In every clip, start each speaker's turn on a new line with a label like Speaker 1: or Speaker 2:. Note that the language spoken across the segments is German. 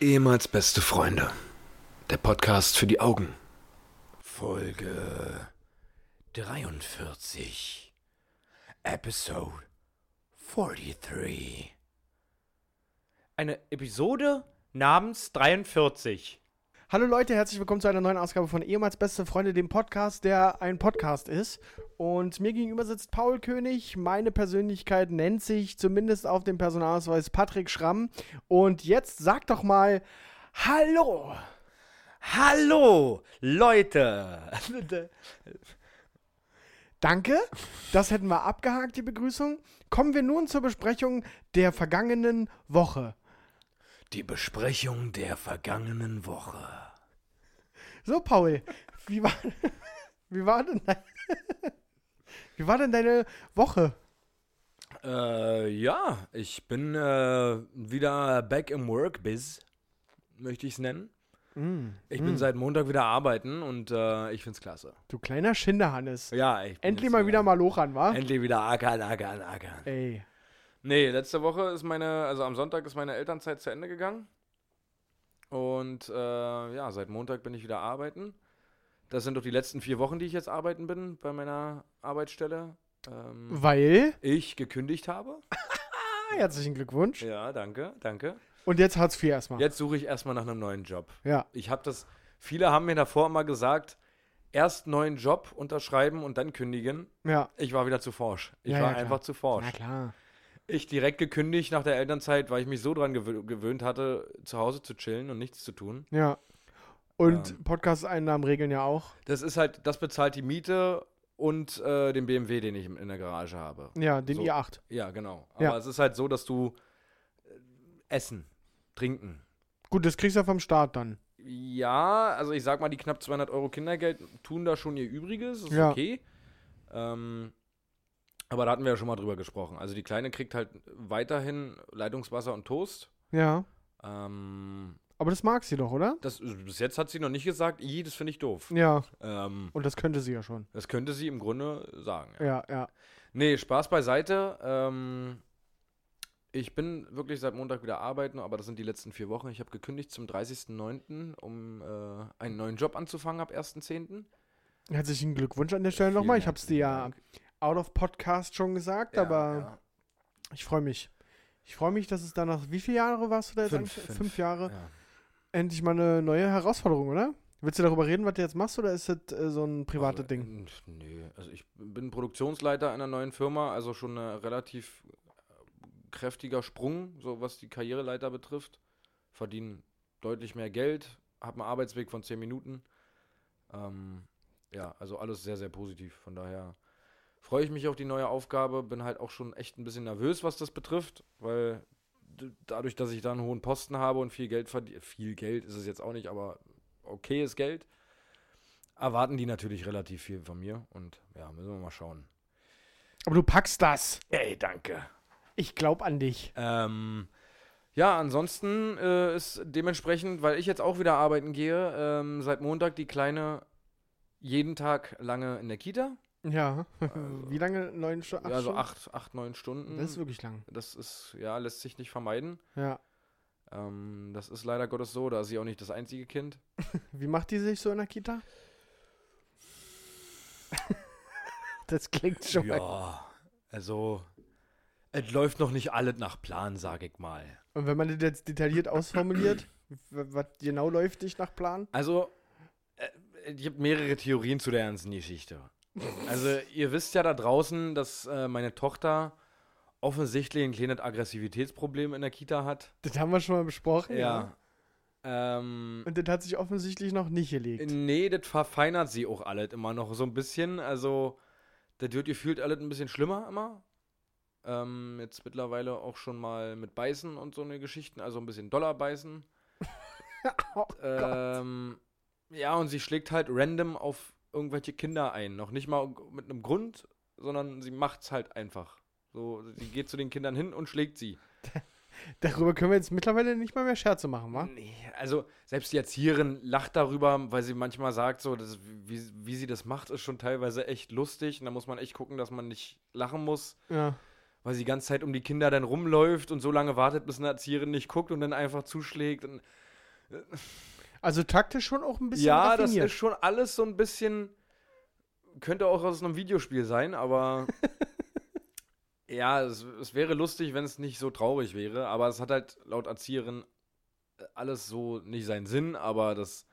Speaker 1: Ehemals beste Freunde. Der Podcast für die Augen.
Speaker 2: Folge 43. Episode 43.
Speaker 3: eine Episode namens 43.
Speaker 4: Hallo Leute, herzlich willkommen zu einer neuen Ausgabe von ehemals beste Freunde, dem Podcast, der ein Podcast ist. Und mir gegenüber sitzt Paul König. Meine Persönlichkeit nennt sich zumindest auf dem Personalausweis Patrick Schramm. Und jetzt sag doch mal Hallo.
Speaker 3: Hallo, Leute!
Speaker 4: Danke. Das hätten wir abgehakt, die Begrüßung. Kommen wir nun zur Besprechung der vergangenen Woche.
Speaker 2: Die Besprechung der vergangenen Woche.
Speaker 4: So, Paul, wie war, wie war, denn, dein, wie war denn deine Woche?
Speaker 2: Äh, ja, ich bin äh, wieder back in work biz, möchte ich es nennen. Ich bin seit Montag wieder arbeiten und äh, ich find's klasse.
Speaker 4: Du kleiner Schinderhannes.
Speaker 2: Ja, ich bin
Speaker 4: Endlich
Speaker 2: jetzt
Speaker 4: mal wieder Malochern, wa?
Speaker 2: Endlich wieder ackern, ackern, ackern.
Speaker 4: Ey.
Speaker 2: Nee, letzte Woche ist meine, also am Sonntag ist meine Elternzeit zu Ende gegangen. Und äh, ja, seit Montag bin ich wieder arbeiten. Das sind doch die letzten vier Wochen, die ich jetzt arbeiten bin bei meiner Arbeitsstelle. Ähm,
Speaker 4: Weil.
Speaker 2: ich gekündigt habe.
Speaker 4: Ah, herzlichen Glückwunsch.
Speaker 2: Ja, danke, danke.
Speaker 4: Und jetzt Hartz IV erstmal.
Speaker 2: Jetzt suche ich erstmal nach einem neuen Job.
Speaker 4: Ja.
Speaker 2: Ich habe das, viele haben mir davor immer gesagt, erst neuen Job unterschreiben und dann kündigen.
Speaker 4: Ja.
Speaker 2: Ich war wieder zu forsch. Ich
Speaker 4: Ja,
Speaker 2: war
Speaker 4: ja, klar.
Speaker 2: einfach zu forsch.
Speaker 4: Na klar.
Speaker 2: ich direkt gekündigt nach der Elternzeit, weil ich mich so dran gewö gewöhnt hatte, zu Hause zu chillen und nichts zu tun.
Speaker 4: Ja. Und
Speaker 2: Ähm.
Speaker 4: Podcast-Einnahmen regeln ja auch.
Speaker 2: Das ist halt, das bezahlt die Miete und äh, den BMW, den ich im- in der Garage habe.
Speaker 4: Ja, den E
Speaker 2: So.
Speaker 4: i8.
Speaker 2: Ja, genau. Aber
Speaker 4: Ja.
Speaker 2: es ist halt so, dass du äh, essen, trinken.
Speaker 4: Gut, das kriegst du ja vom Staat dann.
Speaker 2: Ja, also ich sag mal, die knapp 200 Euro Kindergeld tun da schon ihr Übriges, ist
Speaker 4: Ja.
Speaker 2: okay. Ähm, aber da hatten wir ja schon mal drüber gesprochen. Also die Kleine kriegt halt weiterhin Leitungswasser und Toast.
Speaker 4: Ja.
Speaker 2: Ähm,
Speaker 4: Aber das mag sie doch, oder?
Speaker 2: Das, bis jetzt hat sie noch nicht gesagt, i, das finde ich doof.
Speaker 4: Ja.
Speaker 2: Ähm,
Speaker 4: Und das könnte sie ja schon.
Speaker 2: das könnte sie im Grunde sagen. Ja.
Speaker 4: Ja, ja.
Speaker 2: Nee, Spaß beiseite. Ähm, ich bin wirklich seit Montag wieder arbeiten, aber das sind die letzten vier Wochen. Ich habe gekündigt zum 30.09., um äh, einen neuen Job anzufangen ab 1.10.
Speaker 4: Herzlichen Glückwunsch an der Stelle nochmal. Ich hab's dir ja out of Podcast schon gesagt,
Speaker 2: Ja,
Speaker 4: aber
Speaker 2: ja,
Speaker 4: ich freue mich. Ich freue mich, dass es danach, wie viele Jahre warst du da jetzt?
Speaker 2: Fünf,
Speaker 4: eigentlich?
Speaker 2: fünf.
Speaker 4: Jahre.
Speaker 2: ja.
Speaker 4: Endlich mal eine neue Herausforderung, oder? Willst du darüber reden, was du jetzt machst, oder ist das äh, so ein privates
Speaker 2: Also,
Speaker 4: Ding?
Speaker 2: n- Nö, also ich bin Produktionsleiter einer neuen Firma, also schon ein relativ äh, kräftiger Sprung, so was die Karriereleiter betrifft. Verdiene deutlich mehr Geld, habe einen Arbeitsweg von 10 Minuten. Ähm, ja, also alles sehr, sehr positiv. Von daher freue ich mich auf die neue Aufgabe, bin halt auch schon echt ein bisschen nervös, was das betrifft, weil d- dadurch, dass ich da einen hohen Posten habe und viel Geld verdiene, viel Geld ist es jetzt auch nicht, aber okayes Geld, erwarten die natürlich relativ viel von mir und ja, müssen wir mal schauen.
Speaker 4: Aber du packst das.
Speaker 2: Ey, danke.
Speaker 4: Ich glaub an dich.
Speaker 2: Ähm, ja, ansonsten äh, ist dementsprechend, weil ich jetzt auch wieder arbeiten gehe, ähm, seit Montag die Kleine jeden Tag lange in der Kita.
Speaker 4: Ja. Wie lange? Neun Stu- Stunden?
Speaker 2: also acht, acht, neun Stunden.
Speaker 4: Das ist wirklich lang.
Speaker 2: Das ist, ja, lässt sich nicht vermeiden.
Speaker 4: Ja.
Speaker 2: Ähm, das ist leider Gottes so, da ist sie auch nicht das einzige Kind.
Speaker 4: Wie macht die sich so in der Kita? das klingt schon mal.
Speaker 2: Ja, also, es läuft noch nicht alles nach Plan, sag ich mal.
Speaker 4: Und wenn man das jetzt detailliert ausformuliert, w- was genau läuft nicht nach Plan?
Speaker 2: Also, äh, ich habe mehrere Theorien zu der ganzen Geschichte. Also, ihr wisst ja da draußen, dass äh, meine Tochter offensichtlich ein kleines Aggressivitätsproblem in der Kita hat.
Speaker 4: Das haben wir schon mal besprochen.
Speaker 2: Ähm,
Speaker 4: Und das hat sich offensichtlich noch nicht gelegt.
Speaker 2: nee, das verfeinert sie auch alles immer noch so ein bisschen. Also, das wird gefühlt alles ein bisschen schlimmer immer. Ähm, jetzt mittlerweile auch schon mal mit Beißen und so eine Geschichten, also ein bisschen Dollar beißen.
Speaker 4: Oh
Speaker 2: Ähm, ja, und sie schlägt halt random auf irgendwelche Kinder ein. Noch nicht mal mit einem Grund, sondern sie macht's halt einfach. So, sie geht zu den Kindern hin und schlägt sie.
Speaker 4: Darüber können wir jetzt mittlerweile nicht mal mehr Scherze machen, wa?
Speaker 2: Nee, also selbst die Erzieherin lacht darüber, weil sie manchmal sagt, so, das, wie, wie sie das macht, ist schon teilweise echt lustig. Und da muss man echt gucken, dass man nicht lachen muss,
Speaker 4: Ja.
Speaker 2: weil sie die ganze Zeit um die Kinder dann rumläuft und so lange wartet, bis eine Erzieherin nicht guckt und dann einfach zuschlägt. Und
Speaker 4: Also taktisch schon auch ein bisschen
Speaker 2: ja, das
Speaker 4: raffiniert.
Speaker 2: ist schon alles so ein bisschen. Könnte auch aus einem Videospiel sein, aber. ja, es, es wäre lustig, wenn es nicht so traurig wäre, aber es hat halt laut Erzieherin alles so nicht seinen Sinn, aber das,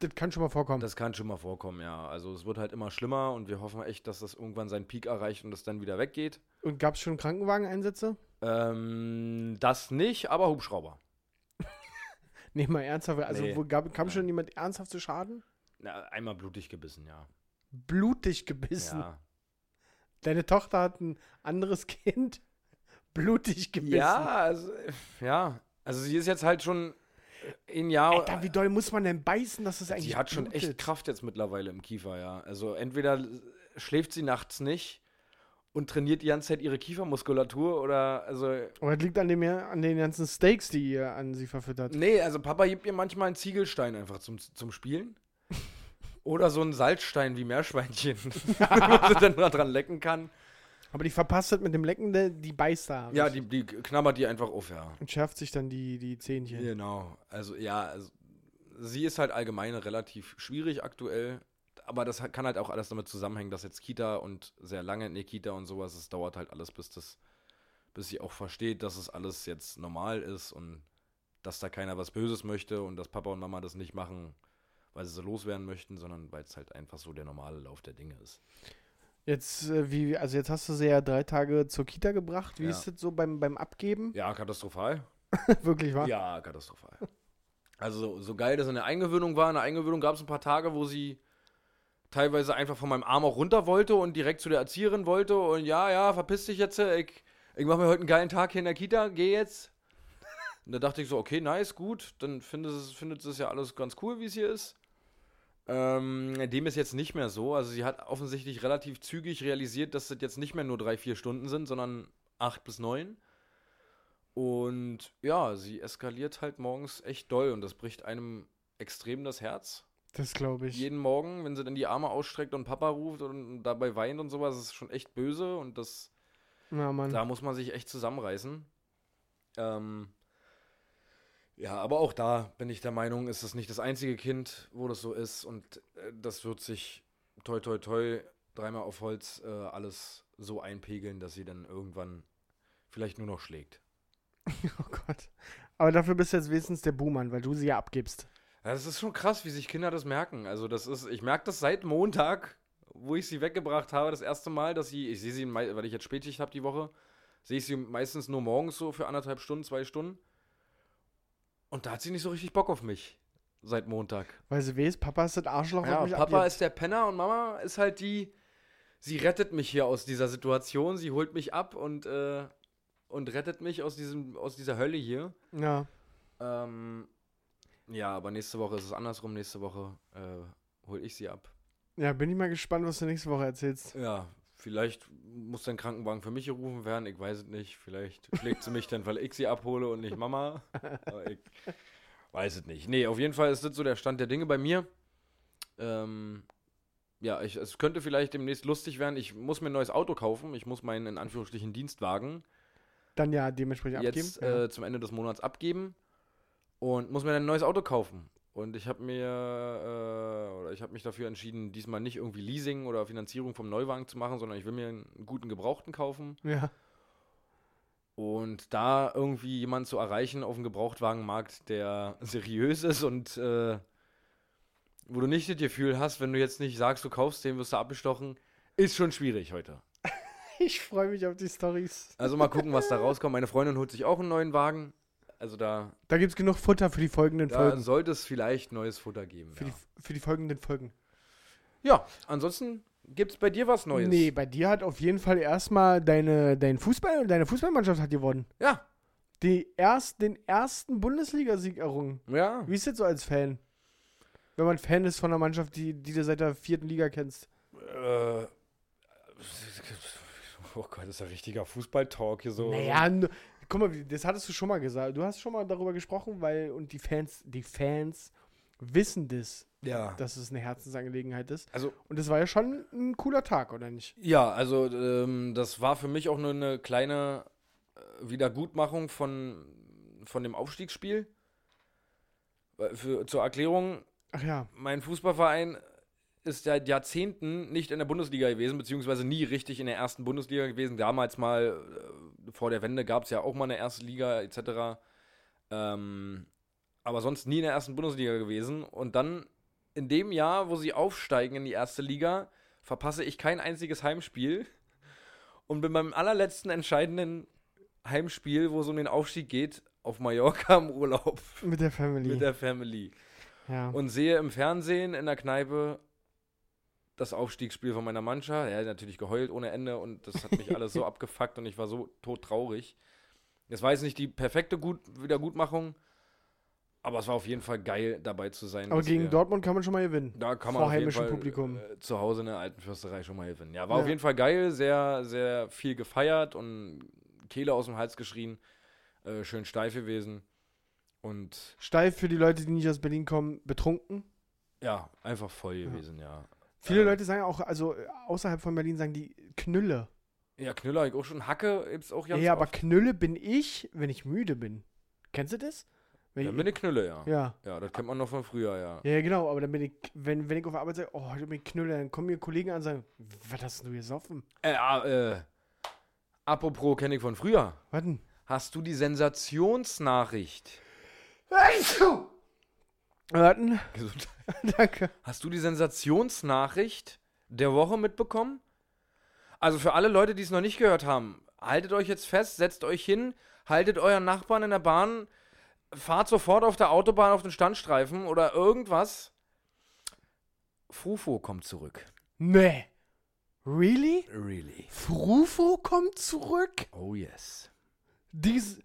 Speaker 4: das kann schon mal vorkommen.
Speaker 2: das kann schon mal vorkommen, ja. Also es wird halt immer schlimmer und wir hoffen echt, dass das irgendwann seinen Peak erreicht und das dann wieder weggeht.
Speaker 4: Und gab es schon Krankenwageneinsätze?
Speaker 2: Ähm, das nicht, aber Hubschrauber.
Speaker 4: Nee, mal ernsthaft. Also
Speaker 2: Nee.
Speaker 4: wo gab, kam schon jemand ernsthaft zu Schaden?
Speaker 2: Na, einmal blutig gebissen, ja.
Speaker 4: Blutig gebissen.
Speaker 2: Ja,
Speaker 4: Deine Tochter hat ein anderes Kind blutig gebissen.
Speaker 2: ja, also, ja. Also sie ist jetzt halt schon ein Jahr.
Speaker 4: Alter, wie doll muss man denn beißen, dass es eigentlich
Speaker 2: Die hat schon echt
Speaker 4: blutet?
Speaker 2: Kraft jetzt mittlerweile im Kiefer, ja. Also entweder schläft sie nachts nicht und trainiert die ganze Zeit ihre Kiefermuskulatur oder also
Speaker 4: Oder das liegt an, dem, an den ganzen Steaks, die ihr an sie verfüttert.
Speaker 2: nee, also Papa gibt ihr manchmal einen Ziegelstein einfach zum, zum Spielen. Oder so einen Salzstein wie Meerschweinchen, wo sie dann mal dran lecken kann.
Speaker 4: Aber die verpasst das mit dem Lecken, der- die beißt da.
Speaker 2: Ja, die, die knabbert die einfach auf, ja.
Speaker 4: Und schärft sich dann die, die Zähnchen.
Speaker 2: Genau. Also ja, also, sie ist halt allgemein relativ schwierig aktuell. Aber das hat- kann halt auch alles damit zusammenhängen, dass jetzt Kita und sehr lange in der Kita und sowas, es dauert halt alles, bis das, bis sie auch versteht, dass es alles jetzt normal ist und dass da keiner was Böses möchte und dass Papa und Mama das nicht machen, weil sie so loswerden möchten, sondern weil es halt einfach so der normale Lauf der Dinge ist.
Speaker 4: Jetzt, äh, wie, also jetzt hast du sie ja drei Tage zur Kita gebracht. Wie
Speaker 2: Ja.
Speaker 4: ist das so beim, beim Abgeben?
Speaker 2: Ja, katastrophal.
Speaker 4: Wirklich wahr?
Speaker 2: Ja, katastrophal. Also so, so geil, dass eine Eingewöhnung war. In der Eingewöhnung gab es ein paar Tage, wo sie teilweise einfach von meinem Arm auch runter wollte und direkt zu der Erzieherin wollte und ja, ja, verpiss dich jetzt, äh, ich, ich mache mir heute einen geilen Tag hier in der Kita, geh jetzt. Und da dachte ich so, okay, nice, gut, dann findet es, findet es ja alles ganz cool, wie es hier ist. Ähm, dem ist jetzt nicht mehr so. Also sie hat offensichtlich relativ zügig realisiert, dass das jetzt nicht mehr nur drei, vier Stunden sind, sondern acht bis neun. Und ja, sie eskaliert halt morgens echt doll und das bricht einem extrem das Herz.
Speaker 4: Das glaube ich.
Speaker 2: Jeden Morgen, wenn sie dann die Arme ausstreckt und Papa ruft und dabei weint und sowas, ist schon echt böse und das,
Speaker 4: Na, Mann.
Speaker 2: da muss man sich echt zusammenreißen. Ähm, ja, aber auch da bin ich der Meinung, ist das nicht das einzige Kind, wo das so ist und äh, das wird sich toi toi toi dreimal auf Holz äh, alles so einpegeln, dass sie dann irgendwann vielleicht nur noch schlägt.
Speaker 4: Oh Gott. Aber dafür bist du jetzt wenigstens der Buhmann, weil du sie ja abgibst.
Speaker 2: Ja, das ist schon krass, wie sich Kinder das merken. Also, das ist, ich merke das seit Montag, wo ich sie weggebracht habe, das erste Mal, dass sie, ich sehe sie, mei- weil ich jetzt Spätschicht habe die Woche, sehe ich sie meistens nur morgens so für anderthalb Stunden, zwei Stunden. Und da hat sie nicht so richtig Bock auf mich. Seit Montag.
Speaker 4: Weil sie weiß, Papa ist das Arschloch, was
Speaker 2: Ja,
Speaker 4: mich
Speaker 2: Papa
Speaker 4: abgibt.
Speaker 2: ist der Penner und Mama ist halt die, sie rettet mich hier aus dieser Situation, sie holt mich ab und, äh, und rettet mich aus, diesem, aus dieser Hölle hier.
Speaker 4: Ja.
Speaker 2: Ähm, ja, aber nächste Woche ist es andersrum. Nächste Woche äh, hole ich sie ab.
Speaker 4: ja, bin ich mal gespannt, was du nächste Woche erzählst.
Speaker 2: Ja, vielleicht muss dann Krankenwagen für mich gerufen werden. Ich weiß es nicht. Vielleicht schlägt sie mich dann, weil ich sie abhole und nicht Mama. aber ich weiß es nicht. Nee, auf jeden Fall ist das so der Stand der Dinge bei mir. Ähm, ja, ich, es könnte vielleicht demnächst lustig werden. Ich muss mir ein neues Auto kaufen. Ich muss meinen in Anführungsstrichen Dienstwagen
Speaker 4: Dann ja dementsprechend
Speaker 2: jetzt
Speaker 4: abgeben.
Speaker 2: äh, zum Ende des Monats abgeben und muss mir dann ein neues Auto kaufen. Und ich habe mir äh, oder ich habe mich dafür entschieden, diesmal nicht irgendwie Leasing oder Finanzierung vom Neuwagen zu machen, sondern ich will mir einen guten Gebrauchten kaufen.
Speaker 4: ja. ja.
Speaker 2: Und da irgendwie jemanden zu erreichen auf dem Gebrauchtwagenmarkt, der seriös ist und äh, wo du nicht das Gefühl hast, wenn du jetzt nicht sagst, du kaufst den, wirst du abgestochen, ist schon schwierig heute.
Speaker 4: Ich freue mich auf die Stories.
Speaker 2: Also mal gucken, was da rauskommt. Meine Freundin holt sich auch einen neuen Wagen. Also da
Speaker 4: Da gibt es genug Futter für die folgenden
Speaker 2: Da
Speaker 4: Folgen.
Speaker 2: sollte es vielleicht neues Futter geben.
Speaker 4: Für,
Speaker 2: also, ja.
Speaker 4: die, für die folgenden Folgen.
Speaker 2: ja, ansonsten gibt es bei dir was Neues.
Speaker 4: Nee, bei dir hat auf jeden Fall erstmal deine, dein Fußball, deine Fußballmannschaft hat gewonnen.
Speaker 2: Ja,
Speaker 4: Die erst, den ersten Bundesligasieg errungen.
Speaker 2: ja.
Speaker 4: Wie ist das so als Fan? Wenn man Fan ist von einer Mannschaft, die, die du seit der vierten Liga kennst.
Speaker 2: Äh, oh Gott, das ist ja richtiger Fußball-Talk hier so.
Speaker 4: Naja, n- guck mal, das hattest du schon mal gesagt. Du hast schon mal darüber gesprochen, weil, und die Fans, die Fans wissen das,
Speaker 2: Ja.
Speaker 4: dass es eine Herzensangelegenheit ist.
Speaker 2: Also,
Speaker 4: Und es war ja schon ein cooler Tag, oder nicht?
Speaker 2: ja, also ähm, das war für mich auch nur eine kleine äh, Wiedergutmachung von, von dem Aufstiegsspiel. Weil Für, zur Erklärung,
Speaker 4: Ach ja.
Speaker 2: mein Fußballverein ist seit Jahrzehnten nicht in der Bundesliga gewesen, beziehungsweise nie richtig in der ersten Bundesliga gewesen. Damals mal äh, vor der Wende gab es ja auch mal eine erste Liga etc. Ähm, aber sonst nie in der ersten Bundesliga gewesen. Und dann in dem Jahr, wo sie aufsteigen in die erste Liga, verpasse ich kein einziges Heimspiel und bin beim allerletzten entscheidenden Heimspiel, wo es um den Aufstieg geht, auf Mallorca im Urlaub
Speaker 4: Mit der Family.
Speaker 2: mit der Family
Speaker 4: ja.
Speaker 2: und sehe im Fernsehen in der Kneipe das Aufstiegsspiel von meiner Mannschaft. Er hat natürlich geheult ohne Ende und das hat mich alles so abgefuckt und ich war so todtraurig. Das war jetzt nicht die perfekte Gut Wiedergutmachung, aber es war auf jeden Fall geil, dabei zu sein.
Speaker 4: Aber
Speaker 2: dass
Speaker 4: gegen
Speaker 2: wir-
Speaker 4: Dortmund kann man schon mal gewinnen.
Speaker 2: da kann man
Speaker 4: vor
Speaker 2: auf jeden
Speaker 4: heimischem
Speaker 2: Fall,
Speaker 4: Publikum.
Speaker 2: Äh, zu Hause in der alten Fürsterei schon mal gewinnen. Ja, war
Speaker 4: Ja.
Speaker 2: auf jeden Fall geil, sehr, sehr viel gefeiert und Kehle aus dem Hals geschrien, äh, schön steif gewesen. Und
Speaker 4: Steif für die Leute, die nicht aus Berlin kommen, betrunken.
Speaker 2: ja, einfach voll
Speaker 4: Ja.
Speaker 2: gewesen, ja.
Speaker 4: Viele
Speaker 2: Äh,
Speaker 4: Leute sagen auch, also äh, außerhalb von Berlin sagen die Knülle.
Speaker 2: Ja, Knüller hab ich auch schon. Hacke gibt's auch
Speaker 4: Ja,
Speaker 2: ganz
Speaker 4: ja aber
Speaker 2: oft.
Speaker 4: Knülle bin ich, wenn ich müde bin. Kennst du das? Wenn
Speaker 2: Dann bin ich Knülle, ja. ja.
Speaker 4: ja.
Speaker 2: das kennt man noch von früher, ja.
Speaker 4: Ja, ja, genau, aber dann bin ich, wenn, wenn ich auf der Arbeit sage, oh, heute bin ich Knüller, dann kommen mir Kollegen an und sagen, was hast denn du gesoffen?
Speaker 2: Äh, ah, äh, apropos kenne ich von früher.
Speaker 4: Was denn?
Speaker 2: Hast du die Sensationsnachricht?
Speaker 4: Was denn?
Speaker 2: Gesundheit.
Speaker 4: Danke.
Speaker 2: Hast du die Sensationsnachricht der Woche mitbekommen? Also für alle Leute, die es noch nicht gehört haben, haltet euch jetzt fest, setzt euch hin, haltet euren Nachbarn in der Bahn, fahrt sofort auf der Autobahn auf den Standstreifen oder irgendwas. Fufo kommt zurück.
Speaker 4: Nee. Really?
Speaker 2: Really?
Speaker 4: Frufo kommt zurück?
Speaker 2: Oh yes.
Speaker 4: Dies,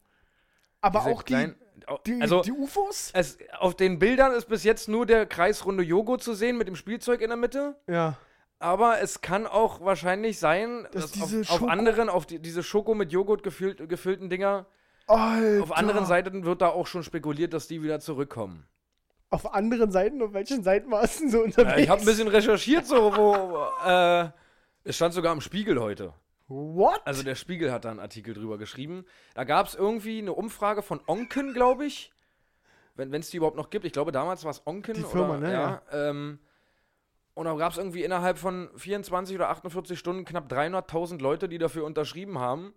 Speaker 4: aber
Speaker 2: Diese
Speaker 4: auch die,
Speaker 2: kleinen- au-
Speaker 4: die,
Speaker 2: also
Speaker 4: die UFOs?
Speaker 2: es, auf den Bildern ist bis jetzt nur der kreisrunde Jogo zu sehen mit dem Spielzeug in der Mitte.
Speaker 4: Ja.
Speaker 2: Aber es kann auch wahrscheinlich sein,
Speaker 4: Dass
Speaker 2: dass,
Speaker 4: diese
Speaker 2: auf,
Speaker 4: Schoko-
Speaker 2: auf anderen, auf die, diese Schoko mit Joghurt gefüllt, gefüllten Dinger,
Speaker 4: Alter.
Speaker 2: auf anderen Seiten wird da auch schon spekuliert, dass die wieder zurückkommen.
Speaker 4: Auf anderen Seiten? Auf welchen Seiten warst du denn so unterwegs?
Speaker 2: Äh, ich habe ein bisschen recherchiert, so wo. äh, es stand sogar im Spiegel heute.
Speaker 4: What?
Speaker 2: Also der Spiegel hat da einen Artikel drüber geschrieben. Da gab es irgendwie eine Umfrage von Onken, glaube ich. Wenn es die überhaupt noch gibt. Ich glaube, damals war es Onken.
Speaker 4: Die Firma,
Speaker 2: oder,
Speaker 4: ne,
Speaker 2: Ähm, und da gab es irgendwie innerhalb von 24 oder 48 Stunden knapp 300.000 Leute, die dafür unterschrieben haben,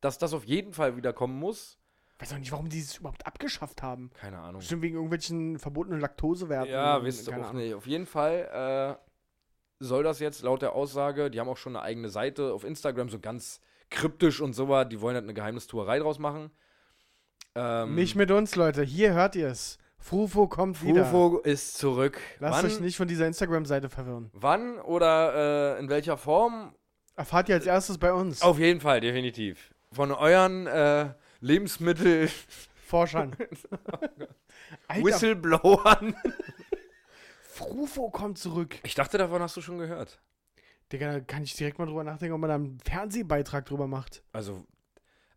Speaker 2: dass das auf jeden Fall wiederkommen muss.
Speaker 4: Ich weiß auch nicht, warum die es überhaupt abgeschafft haben.
Speaker 2: Keine Ahnung.
Speaker 4: Bestimmt wegen irgendwelchen verbotenen Laktosewerten.
Speaker 2: Ja, wisst ihr
Speaker 4: Keine
Speaker 2: auch
Speaker 4: Ahnung.
Speaker 2: nicht. Auf jeden Fall äh, soll das jetzt laut der Aussage, die haben auch schon eine eigene Seite auf Instagram, so ganz kryptisch und so was. Die wollen halt eine Geheimnistuerei draus machen. Ähm,
Speaker 4: Nicht mit uns, Leute. Hier hört ihr es. Frufo kommt wieder.
Speaker 2: Fufo ist zurück.
Speaker 4: Lasst
Speaker 2: wann,
Speaker 4: euch nicht von dieser Instagram-Seite verwirren.
Speaker 2: wann oder äh, in welcher Form?
Speaker 4: Erfahrt ihr
Speaker 2: Äh,
Speaker 4: als erstes bei uns.
Speaker 2: Auf jeden Fall, definitiv. Von euren äh, Lebensmittel
Speaker 4: Forschern.
Speaker 2: Oh
Speaker 4: Alter,
Speaker 2: Whistleblowern.
Speaker 4: Frufo kommt zurück.
Speaker 2: Ich dachte, davon hast du schon gehört.
Speaker 4: Digga, da kann ich direkt mal drüber nachdenken, ob man da einen Fernsehbeitrag drüber macht.
Speaker 2: Also,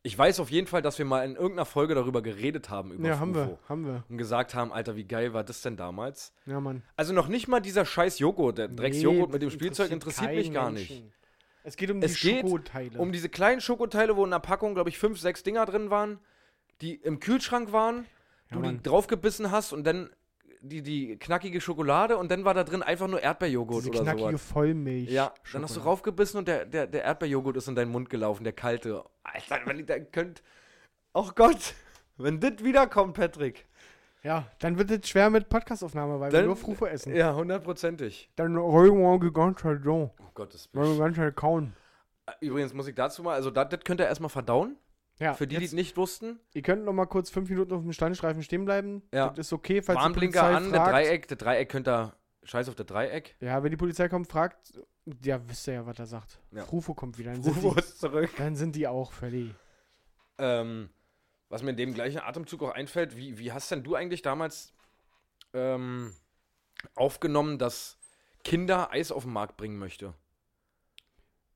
Speaker 2: ich weiß auf jeden Fall, dass wir mal in irgendeiner Folge darüber geredet haben über
Speaker 4: ja, haben
Speaker 2: Fufo.
Speaker 4: wir. Haben wir.
Speaker 2: und gesagt haben, Alter, wie geil war das denn damals?
Speaker 4: Ja, Mann.
Speaker 2: Also noch nicht mal dieser scheiß Joghurt, der Drecksjoghurt mit dem Spielzeug interessiert mich
Speaker 4: keinen
Speaker 2: gar nicht.
Speaker 4: Menschen. Es geht um
Speaker 2: Es
Speaker 4: die
Speaker 2: geht
Speaker 4: Schokoteile.
Speaker 2: Um diese kleinen Schokoteile, wo in der Packung, glaube ich, fünf, sechs Dinger drin waren, die im Kühlschrank waren,
Speaker 4: Ja,
Speaker 2: du die
Speaker 4: Mann.
Speaker 2: draufgebissen hast und dann die, die knackige Schokolade und dann war da drin einfach nur Erdbeerjoghurt
Speaker 4: diese
Speaker 2: oder
Speaker 4: knackige
Speaker 2: sowas.
Speaker 4: Vollmilch.
Speaker 2: Ja, dann hast du raufgebissen und der, der, der Erdbeerjoghurt ist in deinen Mund gelaufen, der kalte. Alter, wenn ihr da könnt. Oh Gott, wenn das wiederkommt, Patrick.
Speaker 4: Ja, dann wird es schwer mit Podcastaufnahme, weil wir
Speaker 2: Dann-
Speaker 4: nur Frufo essen.
Speaker 2: Ja, hundertprozentig.
Speaker 4: Dann wollen wir die ganze Zeit so.
Speaker 2: Oh Gottes
Speaker 4: Wollen wir die ganze Zeit kauen.
Speaker 2: Übrigens muss ich dazu mal, also das, das könnt ihr erstmal verdauen.
Speaker 4: Ja,
Speaker 2: für die, die es nicht wussten,
Speaker 4: Ihr könnt noch mal kurz fünf Minuten auf dem Standstreifen stehen bleiben.
Speaker 2: Ja.
Speaker 4: Das ist okay, falls
Speaker 2: Warnblinker
Speaker 4: die Polizei
Speaker 2: an, der
Speaker 4: fragt.
Speaker 2: Dreieck, der Dreieck könnt ihr, scheiß auf der Dreieck.
Speaker 4: Ja, wenn die Polizei kommt, fragt, ja, wisst ihr ja, was er sagt.
Speaker 2: Ja.
Speaker 4: Rufo kommt wieder. Dann sind,
Speaker 2: Rufo
Speaker 4: die,
Speaker 2: ist zurück.
Speaker 4: dann sind die auch völlig.
Speaker 2: Ähm, was mir in dem gleichen Atemzug auch einfällt, wie, wie hast denn du eigentlich damals ähm, aufgenommen, dass Kinder Eis auf den Markt bringen möchte?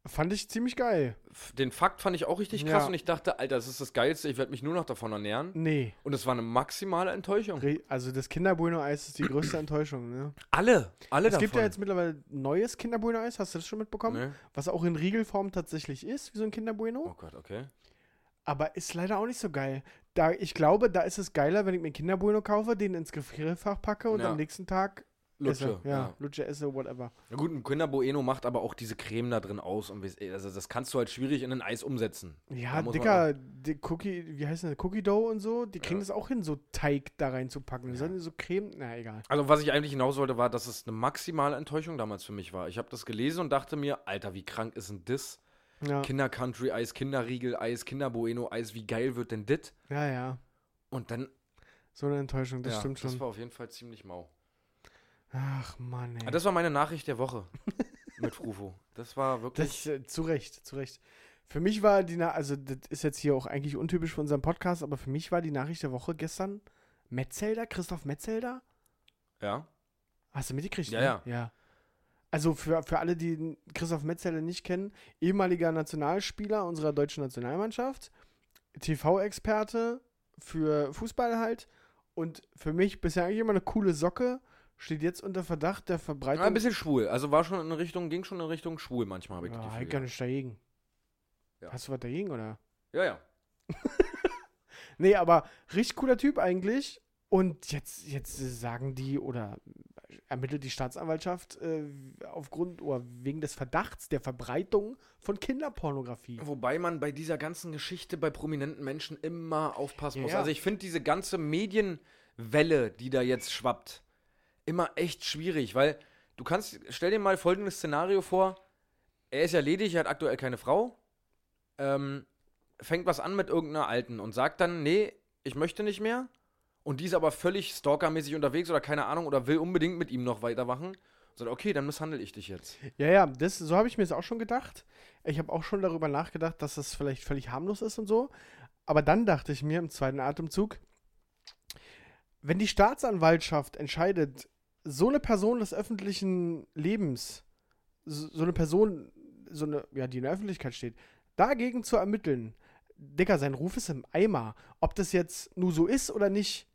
Speaker 4: Fand ich ziemlich geil.
Speaker 2: F- Den Fakt fand ich auch richtig krass
Speaker 4: Ja.
Speaker 2: und ich dachte, Alter, das ist das Geilste, ich werde mich nur noch davon ernähren.
Speaker 4: Nee,
Speaker 2: Und es war eine maximale Enttäuschung.
Speaker 4: re- also das Kinderbueno-Eis ist die größte Enttäuschung, ne?
Speaker 2: Alle, alle davon.
Speaker 4: Es
Speaker 2: Ne?
Speaker 4: gibt ja jetzt mittlerweile neues Kinderbueno-Eis, hast du das schon mitbekommen?
Speaker 2: Nee?
Speaker 4: Was auch in Riegelform tatsächlich ist, wie so ein Kinderbueno.
Speaker 2: Oh Gott, okay.
Speaker 4: Aber ist leider auch nicht so geil. Da, ich glaube, da ist es geiler, wenn ich mir Kinderbueno kaufe, den ins Gefrierfach packe und
Speaker 2: Ja.
Speaker 4: am nächsten Tag
Speaker 2: Lutsche.
Speaker 4: esse. Ja, Lutsche esse, whatever.
Speaker 2: Na gut, ein Kinder Bueno macht aber auch diese Creme da drin aus. Und weiß- also das kannst du halt schwierig in ein Eis umsetzen.
Speaker 4: Ja,
Speaker 2: Da muss man
Speaker 4: Dicker, die Cookie, wie heißt das, Cookie Dough und so, die kriegen
Speaker 2: Ja.
Speaker 4: das auch hin, so Teig da reinzupacken. Ja. Sollen die so Creme, na egal.
Speaker 2: Also was ich eigentlich hinaus wollte, war, dass es eine maximale Enttäuschung damals für mich war. Ich habe das gelesen und dachte mir, Alter, wie krank ist denn das?
Speaker 4: Ja,
Speaker 2: Kinder-Country-Eis, Kinder-Riegel-Eis, Kinder-Bueno-Eis, wie geil wird denn dit?
Speaker 4: ja, ja.
Speaker 2: Und dann,
Speaker 4: So eine Enttäuschung, das
Speaker 2: ja,
Speaker 4: stimmt
Speaker 2: das
Speaker 4: schon.
Speaker 2: war auf jeden Fall ziemlich mau.
Speaker 4: Ach Mann,
Speaker 2: Ah,
Speaker 4: ey.
Speaker 2: Das war meine Nachricht der Woche mit Frufo. Das war wirklich...
Speaker 4: Das, äh, zu Recht, zu Recht. Für mich war die, Na also das ist jetzt hier auch eigentlich untypisch für unseren Podcast, aber für mich war die Nachricht der Woche gestern Metzelder, Christoph Metzelder.
Speaker 2: ja.
Speaker 4: Hast du mitgekriegt?
Speaker 2: Ja,
Speaker 4: ne?
Speaker 2: ja.
Speaker 4: ja. Also für, für alle, die den Christoph Metzelder nicht kennen, ehemaliger Nationalspieler unserer deutschen Nationalmannschaft, TV-Experte für Fußball halt und für mich bisher eigentlich immer eine coole Socke, steht jetzt unter Verdacht der
Speaker 2: Ja,
Speaker 4: Verbreitung.
Speaker 2: ein bisschen schwul. Also war schon in Richtung, ging schon in Richtung schwul manchmal, habe ich das
Speaker 4: ja,
Speaker 2: Gefühl.
Speaker 4: ich gar nicht dagegen.
Speaker 2: Ja.
Speaker 4: Hast du was dagegen, oder?
Speaker 2: Ja, ja.
Speaker 4: Nee, aber richtig cooler Typ eigentlich. Und jetzt, jetzt sagen die oder ermittelt die Staatsanwaltschaft äh, aufgrund oder wegen des Verdachts der Verbreitung von Kinderpornografie.
Speaker 2: Wobei man bei dieser ganzen Geschichte bei prominenten Menschen immer aufpassen muss.
Speaker 4: Ja.
Speaker 2: Also ich finde diese ganze Medienwelle, die da jetzt schwappt, immer echt schwierig, weil du kannst, stell dir mal folgendes Szenario vor, er ist ja ledig, er hat aktuell keine Frau, ähm, fängt was an mit irgendeiner Alten und sagt dann, nee, ich möchte nicht mehr und die ist aber völlig stalkermäßig unterwegs oder keine Ahnung oder will unbedingt mit ihm noch weitermachen. Sagt, okay, dann misshandle ich dich jetzt.
Speaker 4: Ja, ja, das, so habe ich mir es auch schon gedacht. Ich habe auch schon darüber nachgedacht, dass das vielleicht völlig harmlos ist und so. Aber dann dachte ich mir im zweiten Atemzug, wenn die Staatsanwaltschaft entscheidet, so eine Person des öffentlichen Lebens, so, so eine Person, so eine, ja, die in der Öffentlichkeit steht, dagegen zu ermitteln, Dicker, sein Ruf ist im Eimer. Ob das jetzt nur so ist oder nicht,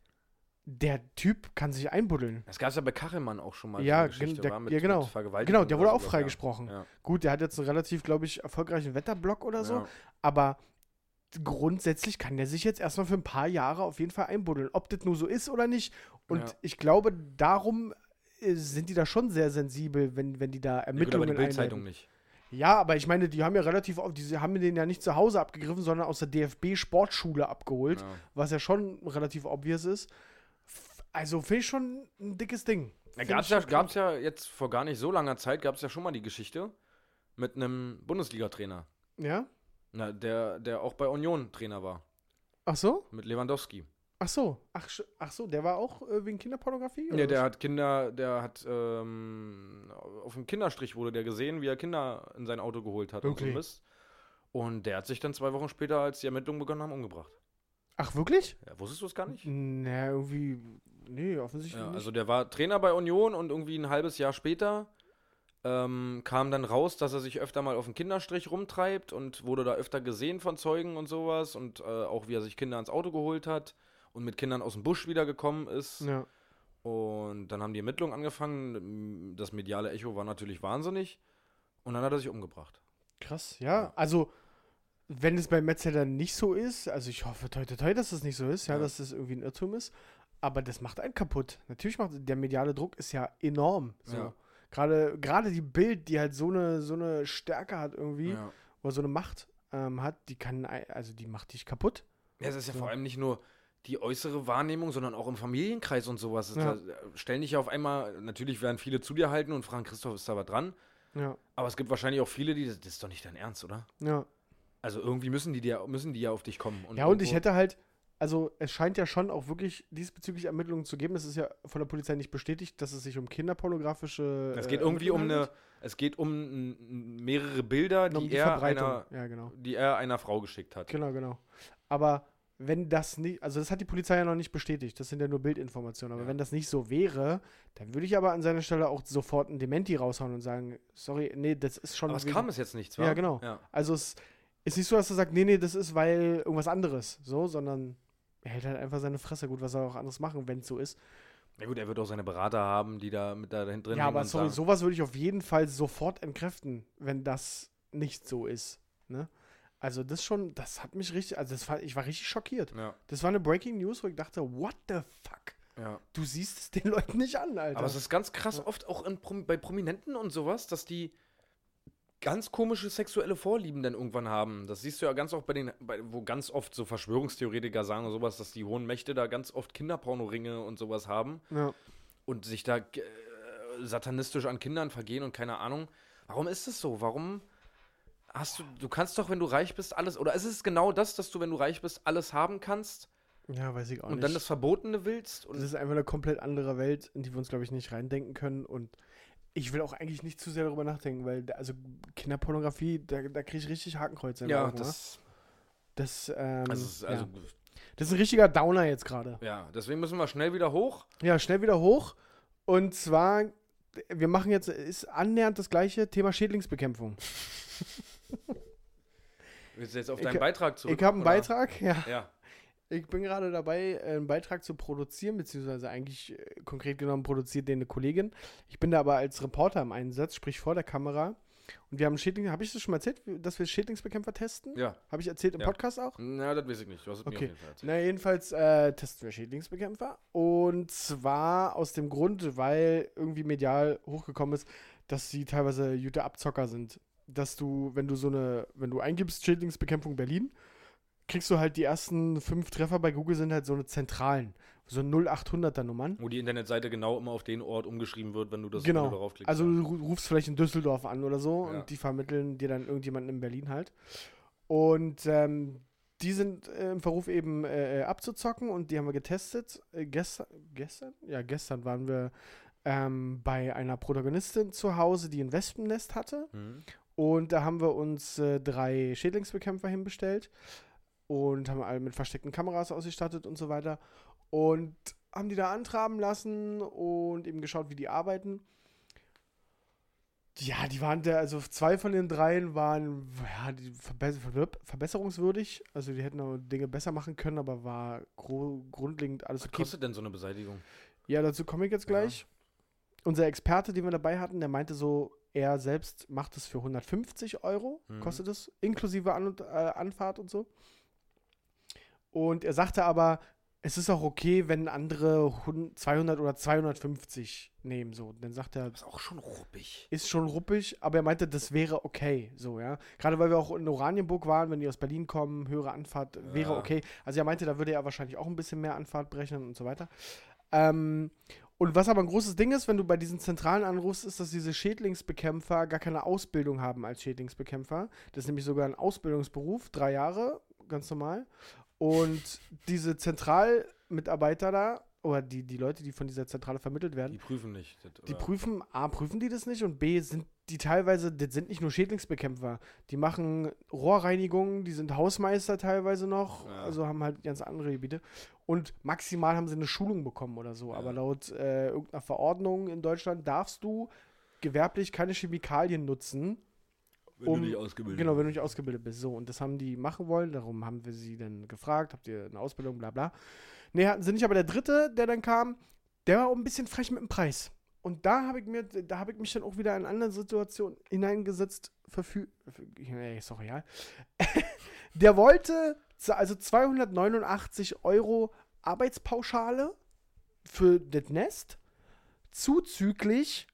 Speaker 4: der Typ kann sich einbuddeln.
Speaker 2: Das gab es ja bei Kachelmann auch schon mal.
Speaker 4: Ja,
Speaker 2: eine Geschichte,
Speaker 4: gen- der-
Speaker 2: wa?
Speaker 4: ja, genau.
Speaker 2: Vergewaltigung
Speaker 4: Genau, der wurde
Speaker 2: oder
Speaker 4: auch
Speaker 2: sowas, ja.
Speaker 4: freigesprochen.
Speaker 2: Ja.
Speaker 4: Gut, der hat jetzt einen relativ, glaube ich, erfolgreichen Wetterblock oder so.
Speaker 2: Ja.
Speaker 4: Aber grundsätzlich kann der sich jetzt erstmal für ein paar Jahre auf jeden Fall einbuddeln, ob das nur so ist oder nicht. Und
Speaker 2: Ja.
Speaker 4: ich glaube, darum äh, sind die da schon sehr sensibel, wenn, wenn die
Speaker 2: Nee,
Speaker 4: da
Speaker 2: gut, aber
Speaker 4: Ermittlungen
Speaker 2: die Bildzeitung
Speaker 4: einleiten.
Speaker 2: nicht.
Speaker 4: Ja, aber ich meine, die haben ja relativ, oft- die haben den ja nicht zu Hause abgegriffen, sondern aus der DFB Sportschule abgeholt,
Speaker 2: Ja.
Speaker 4: was ja schon relativ obvious ist. F- Also finde ich schon ein dickes Ding.
Speaker 2: Da
Speaker 4: Find
Speaker 2: gab's
Speaker 4: ich
Speaker 2: ja,
Speaker 4: schon
Speaker 2: gab's ja jetzt vor gar nicht so langer Zeit, gab es ja schon mal die Geschichte mit einem Bundesliga-Trainer,
Speaker 4: Ja?
Speaker 2: na, der, der auch bei Union Trainer war,
Speaker 4: Ach so?
Speaker 2: mit Lewandowski.
Speaker 4: Ach so, ach, sch- ach so, der war auch äh, wegen Kinderpornografie?
Speaker 2: Ja,
Speaker 4: oder
Speaker 2: der hat Kinder, der hat ähm, auf dem Kinderstrich wurde der gesehen, wie er Kinder in sein Auto geholt hat und
Speaker 4: Wirklich?
Speaker 2: so Mist. Und der hat sich dann zwei Wochen später, als die Ermittlungen begonnen haben, umgebracht.
Speaker 4: was? Ach, wirklich?
Speaker 2: Ja, wusstest du es gar nicht?
Speaker 4: Na, irgendwie. Nee, offensichtlich
Speaker 2: Ja,
Speaker 4: nicht.
Speaker 2: also der war Trainer bei Union und irgendwie ein halbes Jahr später ähm, kam dann raus, dass er sich öfter mal auf den Kinderstrich rumtreibt und wurde da öfter gesehen von Zeugen und sowas und äh, auch wie er sich Kinder ins Auto geholt hat und mit Kindern aus dem Busch wiedergekommen ist.
Speaker 4: Ja.
Speaker 2: Und dann haben die Ermittlungen angefangen. Das mediale Echo war natürlich wahnsinnig. Und dann hat er sich umgebracht.
Speaker 4: Krass, ja.
Speaker 2: Ja.
Speaker 4: Also, wenn es bei Metzeler nicht so ist, also ich hoffe toi, toi, toi dass das nicht so ist, ja,
Speaker 2: Ja.
Speaker 4: dass das irgendwie ein Irrtum ist, aber das macht einen kaputt. Natürlich macht der mediale Druck ist ja enorm. So.
Speaker 2: Ja.
Speaker 4: Gerade, gerade die Bild, die halt so eine, so eine Stärke hat irgendwie,
Speaker 2: Ja.
Speaker 4: oder so eine Macht ähm, hat, die kann, ein- also die macht dich kaputt.
Speaker 2: Ja, es ist ja
Speaker 4: So.
Speaker 2: vor allem nicht nur die äußere Wahrnehmung, sondern auch im Familienkreis und sowas. Es-
Speaker 4: Ja.
Speaker 2: Da stellen dich ja auf einmal, natürlich werden viele zu dir halten und fragen, Christoph, ist da was dran?
Speaker 4: Ja,
Speaker 2: Aber es gibt wahrscheinlich auch viele, die, das ist doch nicht dein Ernst, oder?
Speaker 4: ja.
Speaker 2: Also irgendwie müssen die, dir, müssen die ja auf dich kommen.
Speaker 4: Ja, und ich
Speaker 2: irgendwo-
Speaker 4: hätte halt, also es scheint ja schon auch wirklich diesbezüglich Ermittlungen zu geben. Es ist ja von der Polizei nicht bestätigt, dass es sich um kinderpornografische.
Speaker 2: Es
Speaker 4: äh,
Speaker 2: geht irgendwie um
Speaker 4: Ermittlungen
Speaker 2: eine, es geht um n- n- mehrere Bilder,
Speaker 4: handelt, um
Speaker 2: die, er
Speaker 4: Verbreitung.
Speaker 2: einer,
Speaker 4: ja, genau.
Speaker 2: die er einer Frau geschickt hat.
Speaker 4: Genau, genau. Aber wenn das nicht, also das hat die Polizei ja noch nicht bestätigt, das sind ja nur Bildinformationen, aber
Speaker 2: Ja.
Speaker 4: wenn das nicht so wäre, dann würde ich aber an seiner Stelle auch sofort ein Dementi raushauen und sagen, sorry, nee, das ist schon
Speaker 2: Aber es
Speaker 4: wegen-
Speaker 2: kam es jetzt nichts,
Speaker 4: Ja,
Speaker 2: wa?
Speaker 4: genau.
Speaker 2: Ja.
Speaker 4: Also es ist nicht so, dass er sagt, nee, nee, das ist weil irgendwas anderes, so, sondern er hält halt einfach seine Fresse gut, was soll er auch anderes machen, wenn es so ist.
Speaker 2: Na gut, er wird auch seine Berater haben, die da mit da drin
Speaker 4: Ja, aber sorry, sowas würde ich auf jeden Fall sofort entkräften, wenn das nicht so ist. Ne? Also das schon, das hat mich richtig, also das war, ich war richtig schockiert.
Speaker 2: Ja,
Speaker 4: Das war eine Breaking News, wo ich dachte, what the fuck?
Speaker 2: ja.
Speaker 4: Du siehst es den Leuten nicht an, Alter.
Speaker 2: Aber es ist ganz krass oft auch in Prom bei Prominenten und sowas, dass die ganz komische sexuelle Vorlieben dann irgendwann haben. Das siehst du ja ganz oft bei den, bei, wo ganz oft so Verschwörungstheoretiker sagen und sowas, dass die hohen Mächte da ganz oft Kinderpornoringe und sowas haben
Speaker 4: ja.
Speaker 2: und sich da äh, satanistisch an Kindern vergehen und keine Ahnung. Warum ist es so? Warum hast du, du kannst doch, wenn du reich bist, alles, oder ist es genau das, dass du, wenn du reich bist, alles haben kannst
Speaker 4: ja, weiß ich auch
Speaker 2: und
Speaker 4: nicht.
Speaker 2: dann das Verbotene willst?
Speaker 4: das
Speaker 2: Und
Speaker 4: ist einfach eine komplett andere Welt, in die wir uns, glaube ich, nicht reindenken können. Und ich will auch eigentlich nicht zu sehr darüber nachdenken, weil, da- also Kinderpornografie, da, da kriege ich richtig Hakenkreuz in den
Speaker 2: ja,
Speaker 4: Augen, ne?
Speaker 2: das,
Speaker 4: das, ähm,
Speaker 2: also, es ist-
Speaker 4: ja.
Speaker 2: also
Speaker 4: das ist ein richtiger Downer jetzt gerade.
Speaker 2: Ja, deswegen müssen wir schnell wieder hoch.
Speaker 4: Ja, schnell wieder hoch. Und zwar, wir machen jetzt, ist annähernd das gleiche Thema Schädlingsbekämpfung.
Speaker 2: Willst du jetzt auf
Speaker 4: Ich
Speaker 2: deinen
Speaker 4: hab-
Speaker 2: Beitrag zurück?
Speaker 4: ich habe einen
Speaker 2: oder?
Speaker 4: Beitrag, ja.
Speaker 2: Ja,
Speaker 4: Ich bin gerade dabei, äh, einen Beitrag zu produzieren, beziehungsweise eigentlich äh, konkret genommen produziert den eine Kollegin. Ich bin da aber als Reporter im Einsatz, sprich vor der Kamera. Und wir haben Schädling, habe ich das schon mal erzählt, dass wir Schädlingsbekämpfer testen?
Speaker 2: ja.
Speaker 4: Habe ich erzählt im
Speaker 2: Ja.
Speaker 4: Podcast auch?
Speaker 2: Na, das weiß ich nicht. Du hast es mir auf
Speaker 4: Okay.
Speaker 2: jeden Fall erzählt.
Speaker 4: Na, jedenfalls äh, testen wir Schädlingsbekämpfer. Und zwar aus dem Grund, weil irgendwie medial hochgekommen ist, dass sie teilweise gute Abzocker sind. Dass du, wenn du so eine, wenn du eingibst Schädlingsbekämpfung Berlin, kriegst du halt die ersten fünf Treffer bei Google sind halt so eine zentralen, so 0800er Nummern.
Speaker 2: Wo die Internetseite genau immer auf den Ort umgeschrieben wird, wenn du das wenn du
Speaker 4: Genau.
Speaker 2: darauf klickst.
Speaker 4: Also
Speaker 2: ja.
Speaker 4: du ru- rufst vielleicht in Düsseldorf an oder so
Speaker 2: Ja.
Speaker 4: und die vermitteln dir dann irgendjemanden in Berlin halt. Und ähm, die sind äh, im Verruf eben äh, äh, abzuzocken und die haben wir getestet. Äh, gestern, gestern? Ja, gestern waren wir ähm, bei einer Protagonistin zu Hause, die ein Wespennest hatte.
Speaker 2: Mhm.
Speaker 4: Und da haben wir uns äh, drei Schädlingsbekämpfer hinbestellt und haben alle mit versteckten Kameras ausgestattet und so weiter. Und haben die da antraben lassen und eben geschaut, wie die arbeiten. Ja, die waren da, also zwei von den dreien waren ja, die verbe verbe- verbesserungswürdig. Also die hätten auch Dinge besser machen können, aber war gro grundlegend alles
Speaker 2: Was
Speaker 4: okay.
Speaker 2: kostet denn so eine Beseitigung?
Speaker 4: Ja, dazu komme ich jetzt
Speaker 2: Ja.
Speaker 4: gleich. Unser Experte, den wir dabei hatten, der meinte so, er selbst macht es für 150 Euro,
Speaker 2: Mhm.
Speaker 4: kostet es, inklusive An und, äh, Anfahrt und so. Und er sagte aber, es ist auch okay, wenn andere hun- 200 oder 250 nehmen, so. Dann sagt er,
Speaker 2: Das ist auch schon ruppig.
Speaker 4: ist schon ruppig, aber er meinte, das wäre okay, so, ja. Gerade weil wir auch in Oranienburg waren, wenn die aus Berlin kommen, höhere Anfahrt wäre
Speaker 2: Ja.
Speaker 4: okay. Also er meinte, da würde er wahrscheinlich auch ein bisschen mehr Anfahrt berechnen und so weiter. Ähm, und was aber ein großes Ding ist, wenn du bei diesen Zentralen anrufst, ist, dass diese Schädlingsbekämpfer gar keine Ausbildung haben als Schädlingsbekämpfer. Das ist nämlich sogar ein Ausbildungsberuf, drei Jahre, ganz normal. Und diese Zentralmitarbeiter da, oder die, die Leute, die von dieser Zentrale vermittelt werden,
Speaker 2: Die prüfen nicht. Das,
Speaker 4: die
Speaker 2: oder?
Speaker 4: prüfen, A, prüfen die das nicht und B, sind die teilweise, das sind nicht nur Schädlingsbekämpfer. Die machen Rohrreinigungen, die sind Hausmeister teilweise noch,
Speaker 2: Ja.
Speaker 4: also haben halt ganz andere Gebiete. Und maximal haben sie eine Schulung bekommen oder so.
Speaker 2: Ja.
Speaker 4: Aber laut äh, irgendeiner Verordnung in Deutschland darfst du gewerblich keine Chemikalien nutzen.
Speaker 2: wenn
Speaker 4: um-
Speaker 2: du nicht ausgebildet
Speaker 4: Genau, wenn du nicht ausgebildet bist. So, und das haben die machen wollen. Darum haben wir sie dann gefragt, habt ihr eine Ausbildung, bla bla. Nee, hatten sie nicht, aber der dritte, der dann kam, der war auch ein bisschen frech mit dem Preis. Und da habe ich mir, da habe ich mich dann auch wieder in andere Situationen hineingesetzt, verfü... Nee, ist doch real. der wollte z- also 289 Euro Arbeitspauschale für das Nest zuzüglich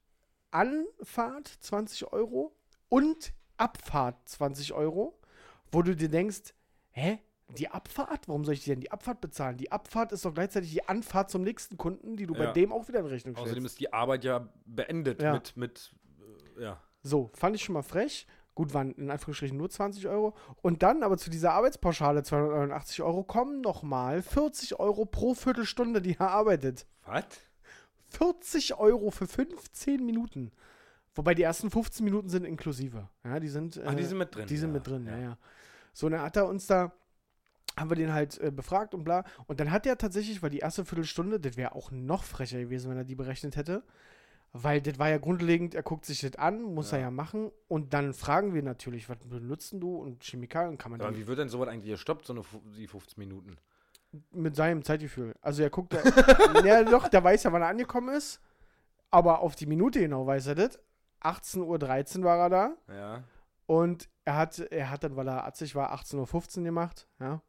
Speaker 4: Anfahrt 20 Euro und Abfahrt 20 Euro, wo du dir denkst, hä? Die Abfahrt? Warum soll ich dir denn die Abfahrt bezahlen? Die Abfahrt ist doch gleichzeitig die Anfahrt zum nächsten Kunden, die du bei
Speaker 2: Ja.
Speaker 4: dem auch wieder in Rechnung stellst.
Speaker 2: Außerdem ist die Arbeit ja beendet
Speaker 4: Ja.
Speaker 2: mit, mit äh, ja.
Speaker 4: So, fand ich schon mal frech. Gut, waren in Anführungsstrichen nur 20 Euro. Und dann aber zu dieser Arbeitspauschale 289 Euro kommen nochmal 40 Euro pro Viertelstunde, die er arbeitet.
Speaker 2: Was?
Speaker 4: 40 Euro für 15 Minuten. Wobei die ersten 15 Minuten sind inklusive. Ja, die sind,
Speaker 2: Ah, die
Speaker 4: äh,
Speaker 2: sind mit drin.
Speaker 4: die sind
Speaker 2: ja.
Speaker 4: mit drin, ja, ja. So, dann hat er uns da, haben wir den halt äh, befragt und bla. Und dann hat er tatsächlich, weil die erste Viertelstunde, das wäre auch noch frecher gewesen, wenn er die berechnet hätte. Weil das war ja grundlegend, er guckt sich das an, muss er
Speaker 2: Ja.
Speaker 4: ja machen. Und dann fragen wir natürlich, was benutzen du und Chemikalien kann man
Speaker 2: Aber
Speaker 4: die
Speaker 2: wie wird denn sowas eigentlich gestoppt, so eine, fu- die 15 Minuten?
Speaker 4: mit seinem Zeitgefühl. Also er guckt, da, ja doch, der weiß ja, wann er angekommen ist. Aber auf die Minute genau weiß er das. 18.13 Uhr war er da.
Speaker 2: Ja.
Speaker 4: Und er hat, er hat dann, weil er atzig war, 18.15 Uhr gemacht, ja.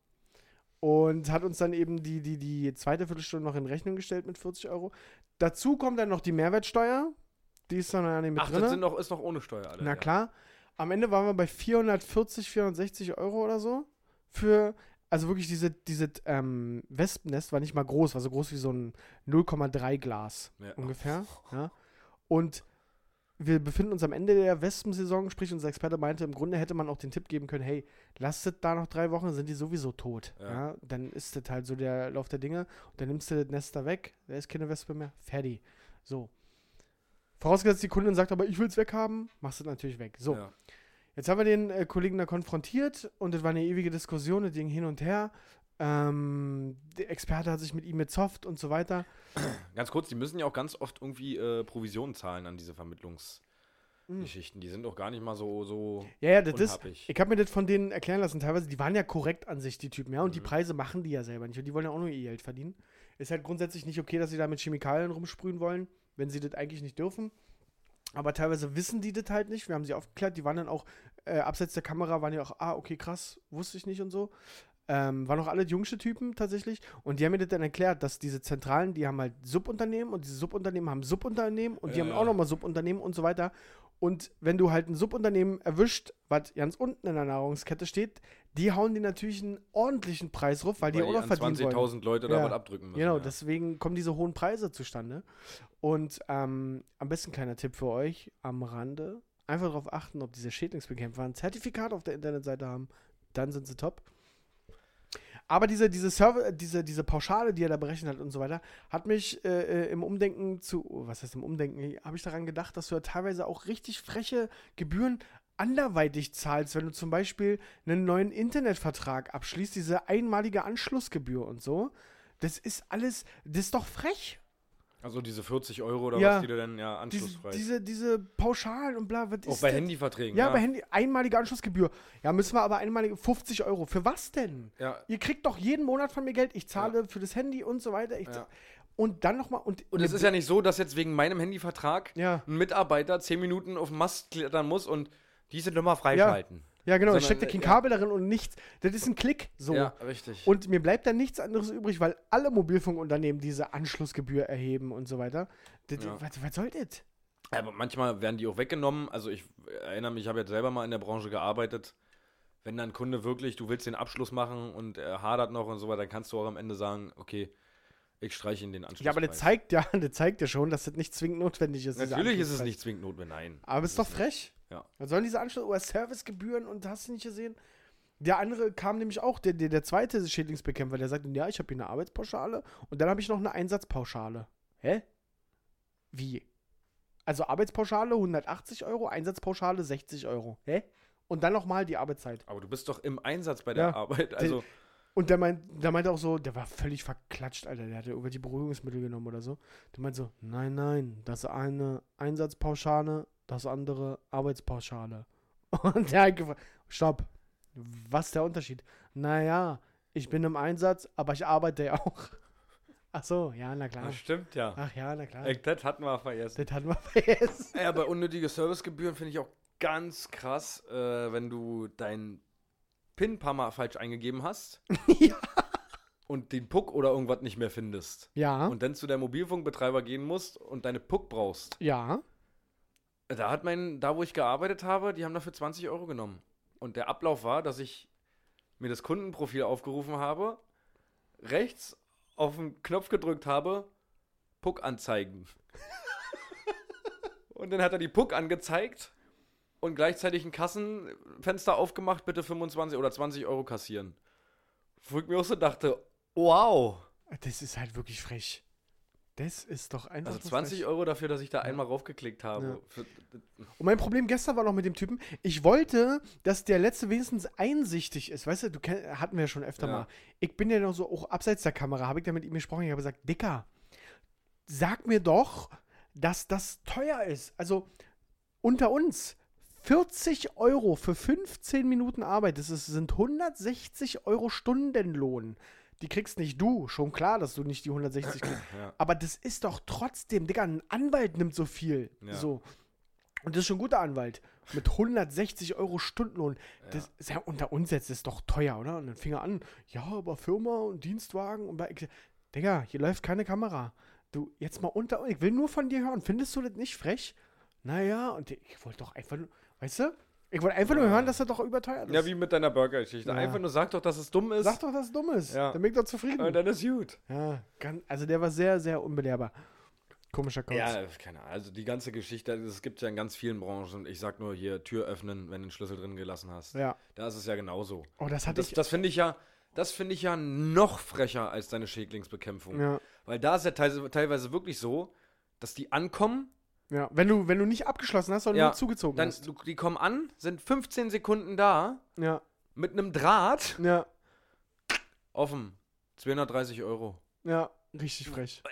Speaker 4: Und hat uns dann eben die, die, die zweite Viertelstunde noch in Rechnung gestellt mit 40 Euro. Dazu kommt dann noch die Mehrwertsteuer. Die ist dann ja nicht mit
Speaker 2: Ach, das sind
Speaker 4: drin. ne?
Speaker 2: noch, ist noch ohne Steuer, Alter.
Speaker 4: Na
Speaker 2: ja.
Speaker 4: klar. Am Ende waren wir bei 440, 460 Euro oder so. Für, also wirklich, diese, diese ähm, Wespennest war nicht mal groß, war so groß wie so ein 0,3 Glas
Speaker 2: Ja.
Speaker 4: ungefähr. Ja. Und wir befinden uns am Ende der Wespensaison, sprich unser Experte meinte, im Grunde hätte man auch den Tipp geben können, hey, lasst es da noch drei Wochen, sind die sowieso tot. Ja.
Speaker 2: Ja.
Speaker 4: dann ist das halt so der Lauf der Dinge. Und dann nimmst du das Nest da weg, da ist keine Wespe mehr, fertig. So. Vorausgesetzt, die Kundin sagt aber, ich will es weghaben, machst du das natürlich weg. So.
Speaker 2: Ja.
Speaker 4: Jetzt haben wir den äh, Kollegen da konfrontiert und das war eine ewige Diskussion, das ging hin und her. Ähm, der Experte hat sich mit ihm gezofft und so weiter.
Speaker 2: Ganz kurz, die müssen ja auch ganz oft irgendwie äh, Provisionen zahlen an diese Vermittlungsgeschichten.
Speaker 4: Mhm.
Speaker 2: Die sind doch gar nicht mal so. so
Speaker 4: Ja, ja, das ist.
Speaker 2: Unhappig.
Speaker 4: Ich habe mir das von denen erklären lassen. Teilweise, die waren ja korrekt an sich, die Typen, ja. Und die Preise machen die ja selber nicht. Und die wollen ja auch nur ihr Geld verdienen. Ist halt grundsätzlich nicht okay, dass sie da mit Chemikalien rumsprühen wollen, wenn sie das eigentlich nicht dürfen. Aber teilweise wissen die das halt nicht. Wir haben sie aufgeklärt. Die waren dann auch äh, abseits der Kamera, waren ja auch, ah, okay, krass, wusste ich nicht und so. Ähm, waren auch alle jungsche Typen tatsächlich. Und die haben mir das dann erklärt, dass diese Zentralen, die haben halt Subunternehmen und diese Subunternehmen haben Subunternehmen und die
Speaker 2: Ja,
Speaker 4: haben
Speaker 2: ja.
Speaker 4: auch nochmal Subunternehmen und so weiter. Und wenn du halt ein Subunternehmen erwischt, was ganz unten in der Nahrungskette steht, die hauen dir natürlich einen ordentlichen Preis ruf, weil, die auch noch
Speaker 2: an
Speaker 4: verdienen wollen.
Speaker 2: 20.000 Leute da
Speaker 4: Ja.
Speaker 2: was abdrücken müssen.
Speaker 4: Genau,
Speaker 2: ja.
Speaker 4: deswegen kommen diese hohen Preise zustande. Und ähm, am besten kleiner Tipp für euch am Rande: einfach darauf achten, ob diese Schädlingsbekämpfer ein Zertifikat auf der Internetseite haben. Dann sind sie top. Aber diese, diese, Server, diese, diese Pauschale, die er da berechnet hat und so weiter, hat mich äh, äh, im Umdenken zu, oh, was heißt im Umdenken, habe ich daran gedacht, dass du ja teilweise auch richtig freche Gebühren anderweitig zahlst, wenn du zum Beispiel einen neuen Internetvertrag abschließt, diese einmalige Anschlussgebühr und so. Das ist alles, das ist doch frech.
Speaker 2: Also diese 40 Euro oder
Speaker 4: Ja.
Speaker 2: was, die du dann ja
Speaker 4: Diese,
Speaker 2: anschlussfrei.
Speaker 4: diese, diese Pauschalen und bla, was
Speaker 2: auch
Speaker 4: ist
Speaker 2: bei
Speaker 4: das?
Speaker 2: Handyverträgen.
Speaker 4: Ja, bei Handy, einmalige Anschlussgebühr. Ja, müssen wir aber einmalige 50 Euro. Für was denn?
Speaker 2: Ja.
Speaker 4: Ihr kriegt doch jeden Monat von mir Geld. Ich zahle für das Handy und so weiter. Ich
Speaker 2: Ja.
Speaker 4: Und dann nochmal. Und,
Speaker 2: Und es ist ja nicht so, dass jetzt wegen meinem Handyvertrag
Speaker 4: Ja.
Speaker 2: ein Mitarbeiter 10 Minuten auf den Mast klettern muss und
Speaker 3: Diese Nummer freischalten.
Speaker 4: ja, genau. Ich
Speaker 2: sondern,
Speaker 4: stecke kein
Speaker 2: ja.
Speaker 4: Kabel darin und nichts. Das ist ein Klick. So.
Speaker 2: ja, richtig.
Speaker 4: Und mir bleibt dann nichts anderes übrig, weil alle Mobilfunkunternehmen diese Anschlussgebühr erheben und so weiter. Das,
Speaker 2: Ja.
Speaker 4: was, was soll das?
Speaker 2: Aber manchmal werden die auch weggenommen. Also ich erinnere mich, ich habe jetzt selber mal in der Branche gearbeitet. Wenn dann ein Kunde wirklich, du willst den Abschluss machen und er hadert noch und so weiter, dann kannst du auch am Ende sagen, okay, ich streiche ihn den Anschluss.
Speaker 4: Ja, aber das zeigt ja, das zeigt ja schon, dass das nicht zwingend notwendig ist. dieser
Speaker 2: Natürlich ist es
Speaker 4: Anschlusspreis.
Speaker 2: nicht zwingend notwendig, nein.
Speaker 4: Aber ist doch frech.
Speaker 2: Ja.
Speaker 4: Was sollen diese Anschluss- oder Servicegebühren und hast du nicht gesehen? Der andere kam nämlich auch, der, der, der zweite Schädlingsbekämpfer, der sagt, ja, ich habe hier eine Arbeitspauschale und dann habe ich noch eine Einsatzpauschale. Hä? Wie? Also Arbeitspauschale 180 Euro, Einsatzpauschale 60 Euro. Hä? Und dann nochmal die Arbeitszeit.
Speaker 2: Aber du bist doch im Einsatz bei der
Speaker 4: Ja.
Speaker 2: Arbeit. Also,
Speaker 4: Und der meint, der meinte auch so, der war völlig verklatscht, Alter. Der hatte über die Beruhigungsmittel genommen oder so. Der meint so, nein, nein, das eine Einsatzpauschale, das andere Arbeitspauschale. Und der hat gefragt, stopp, was ist der Unterschied? Naja, ich bin im Einsatz, aber ich arbeite ja auch. Ach so, ja, na klar.
Speaker 2: stimmt ja.
Speaker 4: Ach ja, na klar.
Speaker 2: Das hatten wir vergessen.
Speaker 4: Das hatten wir vergessen.
Speaker 2: Ja, aber unnötige Servicegebühren finde ich auch ganz krass, äh, wenn du deinen PIN ein paar Mal falsch eingegeben hast
Speaker 4: Ja.
Speaker 2: und den Puck oder irgendwas nicht mehr findest.
Speaker 4: Ja,
Speaker 2: und dann zu deinem Mobilfunkbetreiber gehen musst und deine Puck brauchst.
Speaker 4: ja.
Speaker 2: Da hat mein, da wo ich gearbeitet habe, die haben dafür 20 Euro genommen. Und der Ablauf war, dass ich mir das Kundenprofil aufgerufen habe, rechts auf den Knopf gedrückt habe, Puck anzeigen. und dann hat er die Puck angezeigt und gleichzeitig ein Kassenfenster aufgemacht, bitte 25 oder 20 Euro kassieren. Wo ich mir auch so dachte,
Speaker 3: Wow.
Speaker 4: Das ist halt wirklich frech. Das ist doch einfach
Speaker 2: also
Speaker 4: nur
Speaker 2: 20
Speaker 4: frech.
Speaker 2: Euro dafür, dass ich da einmal raufgeklickt habe.
Speaker 4: Ja.
Speaker 2: Für,
Speaker 4: Und mein Problem gestern war noch mit dem Typen, ich wollte, dass der letzte wenigstens einsichtig ist. Weißt du, du kenn, hatten wir ja schon öfter
Speaker 2: Ja.
Speaker 4: mal. Ich bin ja noch so, auch abseits der Kamera, habe ich da mit ihm gesprochen. Ich habe gesagt, Dicker, sag mir doch, dass das teuer ist. Also unter uns, 40 Euro für 15 Minuten Arbeit, das ist, sind 160 Euro Stundenlohn. Die kriegst nicht du, schon klar, dass du nicht die 160 kriegst.
Speaker 2: Ja.
Speaker 4: Aber das ist doch trotzdem, Digga, ein Anwalt nimmt so viel.
Speaker 2: Ja.
Speaker 4: So. Und das ist schon ein guter Anwalt. Mit 160 Euro Stundenlohn. Das ist ja unter uns jetzt, das ist doch teuer, oder? Und dann fing er an, ja, aber Firma und Dienstwagen und bei. Ich, Digga, hier läuft keine Kamera. Du, jetzt mal unter. Ich will nur von dir hören. Findest du das nicht frech? Naja, und ich wollte doch einfach nur. Weißt du? Ich wollte einfach nur hören, dass er doch überteuert ist.
Speaker 2: Ja, wie mit deiner Burger-Geschichte.
Speaker 4: Ja.
Speaker 2: Einfach nur sag doch, dass es dumm ist.
Speaker 4: Sag doch, dass es dumm ist.
Speaker 2: Ja.
Speaker 4: Dann bin ich doch zufrieden.
Speaker 2: Und dann ist gut.
Speaker 4: Ja, ganz, also der war sehr, sehr unbelehrbar. Komischer Kauz.
Speaker 2: Ja, keine Ahnung. Also die ganze Geschichte, es gibt ja in ganz vielen Branchen. Ich sag nur hier Tür öffnen, wenn du den Schlüssel drin gelassen hast.
Speaker 4: Ja.
Speaker 2: Da ist es ja genauso.
Speaker 4: Oh, das hatte
Speaker 2: Das,
Speaker 4: ich.
Speaker 2: das finde ich ja, das finde ich ja noch frecher als deine Schädlingsbekämpfung.
Speaker 4: Ja,
Speaker 2: Weil da ist ja teilweise, teilweise wirklich so, dass die ankommen,
Speaker 4: ja. Wenn, du, wenn du nicht abgeschlossen hast, sondern
Speaker 2: Ja,
Speaker 4: nur zugezogen
Speaker 2: dann,
Speaker 4: hast.
Speaker 2: du, die kommen an, sind 15 Sekunden da,
Speaker 4: Ja,
Speaker 2: mit einem Draht,
Speaker 4: ja,
Speaker 2: offen. 230 Euro.
Speaker 4: ja. Richtig frech.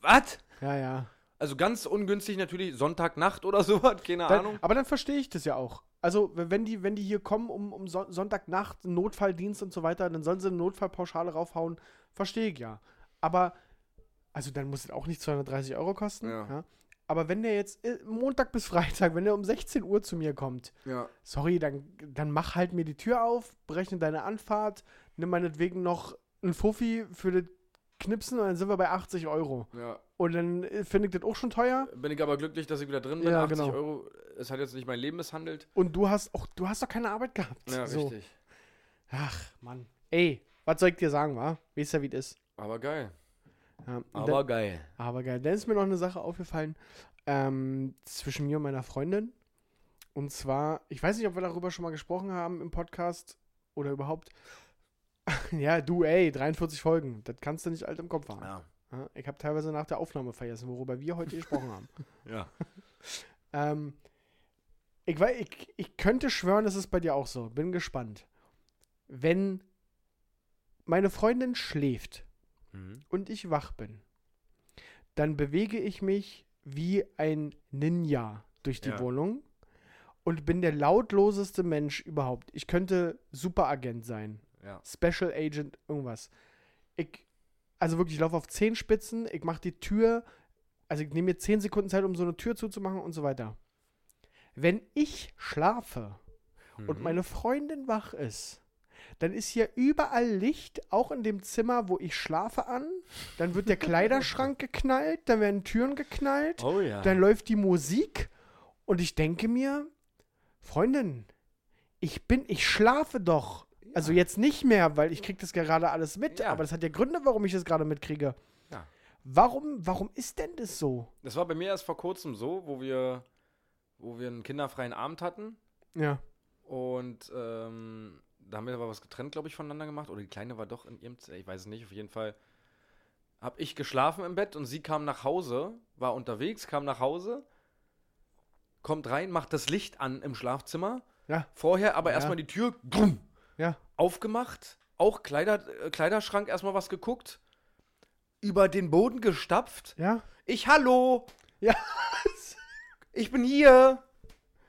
Speaker 2: Was?
Speaker 4: Ja, ja.
Speaker 2: Also ganz ungünstig natürlich, Sonntagnacht oder sowas, keine
Speaker 4: Dann,
Speaker 2: Ahnung.
Speaker 4: aber dann verstehe ich das ja auch. Also, w- wenn die, wenn die hier kommen um, um Son Sonntagnacht, Notfalldienst und so weiter, dann sollen sie eine Notfallpauschale raufhauen. Verstehe ich ja. Aber, also dann muss es auch nicht 230 Euro kosten.
Speaker 2: Ja.
Speaker 4: Aber wenn der jetzt äh, Montag bis Freitag, wenn der um 16 Uhr zu mir kommt,
Speaker 2: Ja.
Speaker 4: sorry, dann, dann mach halt mir die Tür auf, berechne deine Anfahrt, nimm meinetwegen noch ein Fuffi für das Knipsen und dann sind wir bei 80 Euro.
Speaker 2: ja.
Speaker 4: Und dann äh, finde ich das auch schon teuer.
Speaker 2: Bin ich aber glücklich, dass ich wieder drin bin.
Speaker 4: Ja,
Speaker 2: 80
Speaker 4: genau.
Speaker 2: Euro, es hat jetzt nicht mein Leben misshandelt.
Speaker 4: Und du hast auch, du hast doch keine Arbeit gehabt. so. Ach, Mann. Ey, was soll ich dir sagen, wa? Weißt ja, wie das ist.
Speaker 2: Aber geil.
Speaker 4: Ja, und
Speaker 2: Aber geil.
Speaker 4: dann, aber geil. Dann ist mir noch eine Sache aufgefallen ähm, zwischen mir und meiner Freundin. Und zwar, ich weiß nicht, ob wir darüber schon mal gesprochen haben im Podcast oder überhaupt. ja, du, ey, 43 Folgen. Das kannst du nicht alt im Kopf haben.
Speaker 2: Ja.
Speaker 4: Ja, ich habe teilweise nach der Aufnahme vergessen, worüber wir heute gesprochen haben.
Speaker 2: Ja.
Speaker 4: Ähm, ich, wei- ich, ich könnte schwören, es ist bei dir auch so. Bin gespannt. Wenn meine Freundin schläft
Speaker 2: Hm.
Speaker 4: und ich wach bin, dann bewege ich mich wie ein Ninja durch die
Speaker 2: Ja.
Speaker 4: Wohnung und bin der lautloseste Mensch überhaupt. Ich könnte Superagent sein.
Speaker 2: Ja.
Speaker 4: Special Agent, irgendwas. Ich, also wirklich, ich laufe auf Zehenspitzen, ich mache die Tür, also ich nehme mir 10 Sekunden Zeit, um so eine Tür zuzumachen und so weiter. Wenn ich schlafe und meine Freundin wach ist, dann ist hier überall Licht, auch in dem Zimmer, wo ich schlafe, an. Dann wird der Kleiderschrank geknallt, dann werden Türen geknallt,
Speaker 2: Oh ja.
Speaker 4: dann läuft die Musik und ich denke mir, Freundin, ich bin, ich schlafe doch. Also jetzt nicht mehr, weil ich krieg das gerade alles mit,
Speaker 2: Ja.
Speaker 4: aber das hat ja Gründe, warum ich das gerade mitkriege.
Speaker 2: Ja.
Speaker 4: Warum, warum ist denn das so?
Speaker 2: Das war bei mir erst vor kurzem so, wo wir, wo wir einen kinderfreien Abend hatten.
Speaker 4: Ja.
Speaker 2: Und ähm, da haben wir aber was getrennt, glaube ich, voneinander gemacht. Oder die Kleine war doch in ihrem Zimmer. Ich weiß es nicht. Auf jeden Fall habe ich geschlafen im Bett und sie kam nach Hause, war unterwegs, kam nach Hause, kommt rein, macht das Licht an im Schlafzimmer.
Speaker 4: Ja.
Speaker 2: Vorher aber
Speaker 4: Ja.
Speaker 2: erstmal die Tür brumm,
Speaker 4: Ja.
Speaker 2: aufgemacht. Auch Kleider, äh, Kleiderschrank erstmal was geguckt. Über den Boden gestapft.
Speaker 4: Ja?
Speaker 2: Ich, hallo!
Speaker 4: Ja.
Speaker 2: Ich bin hier!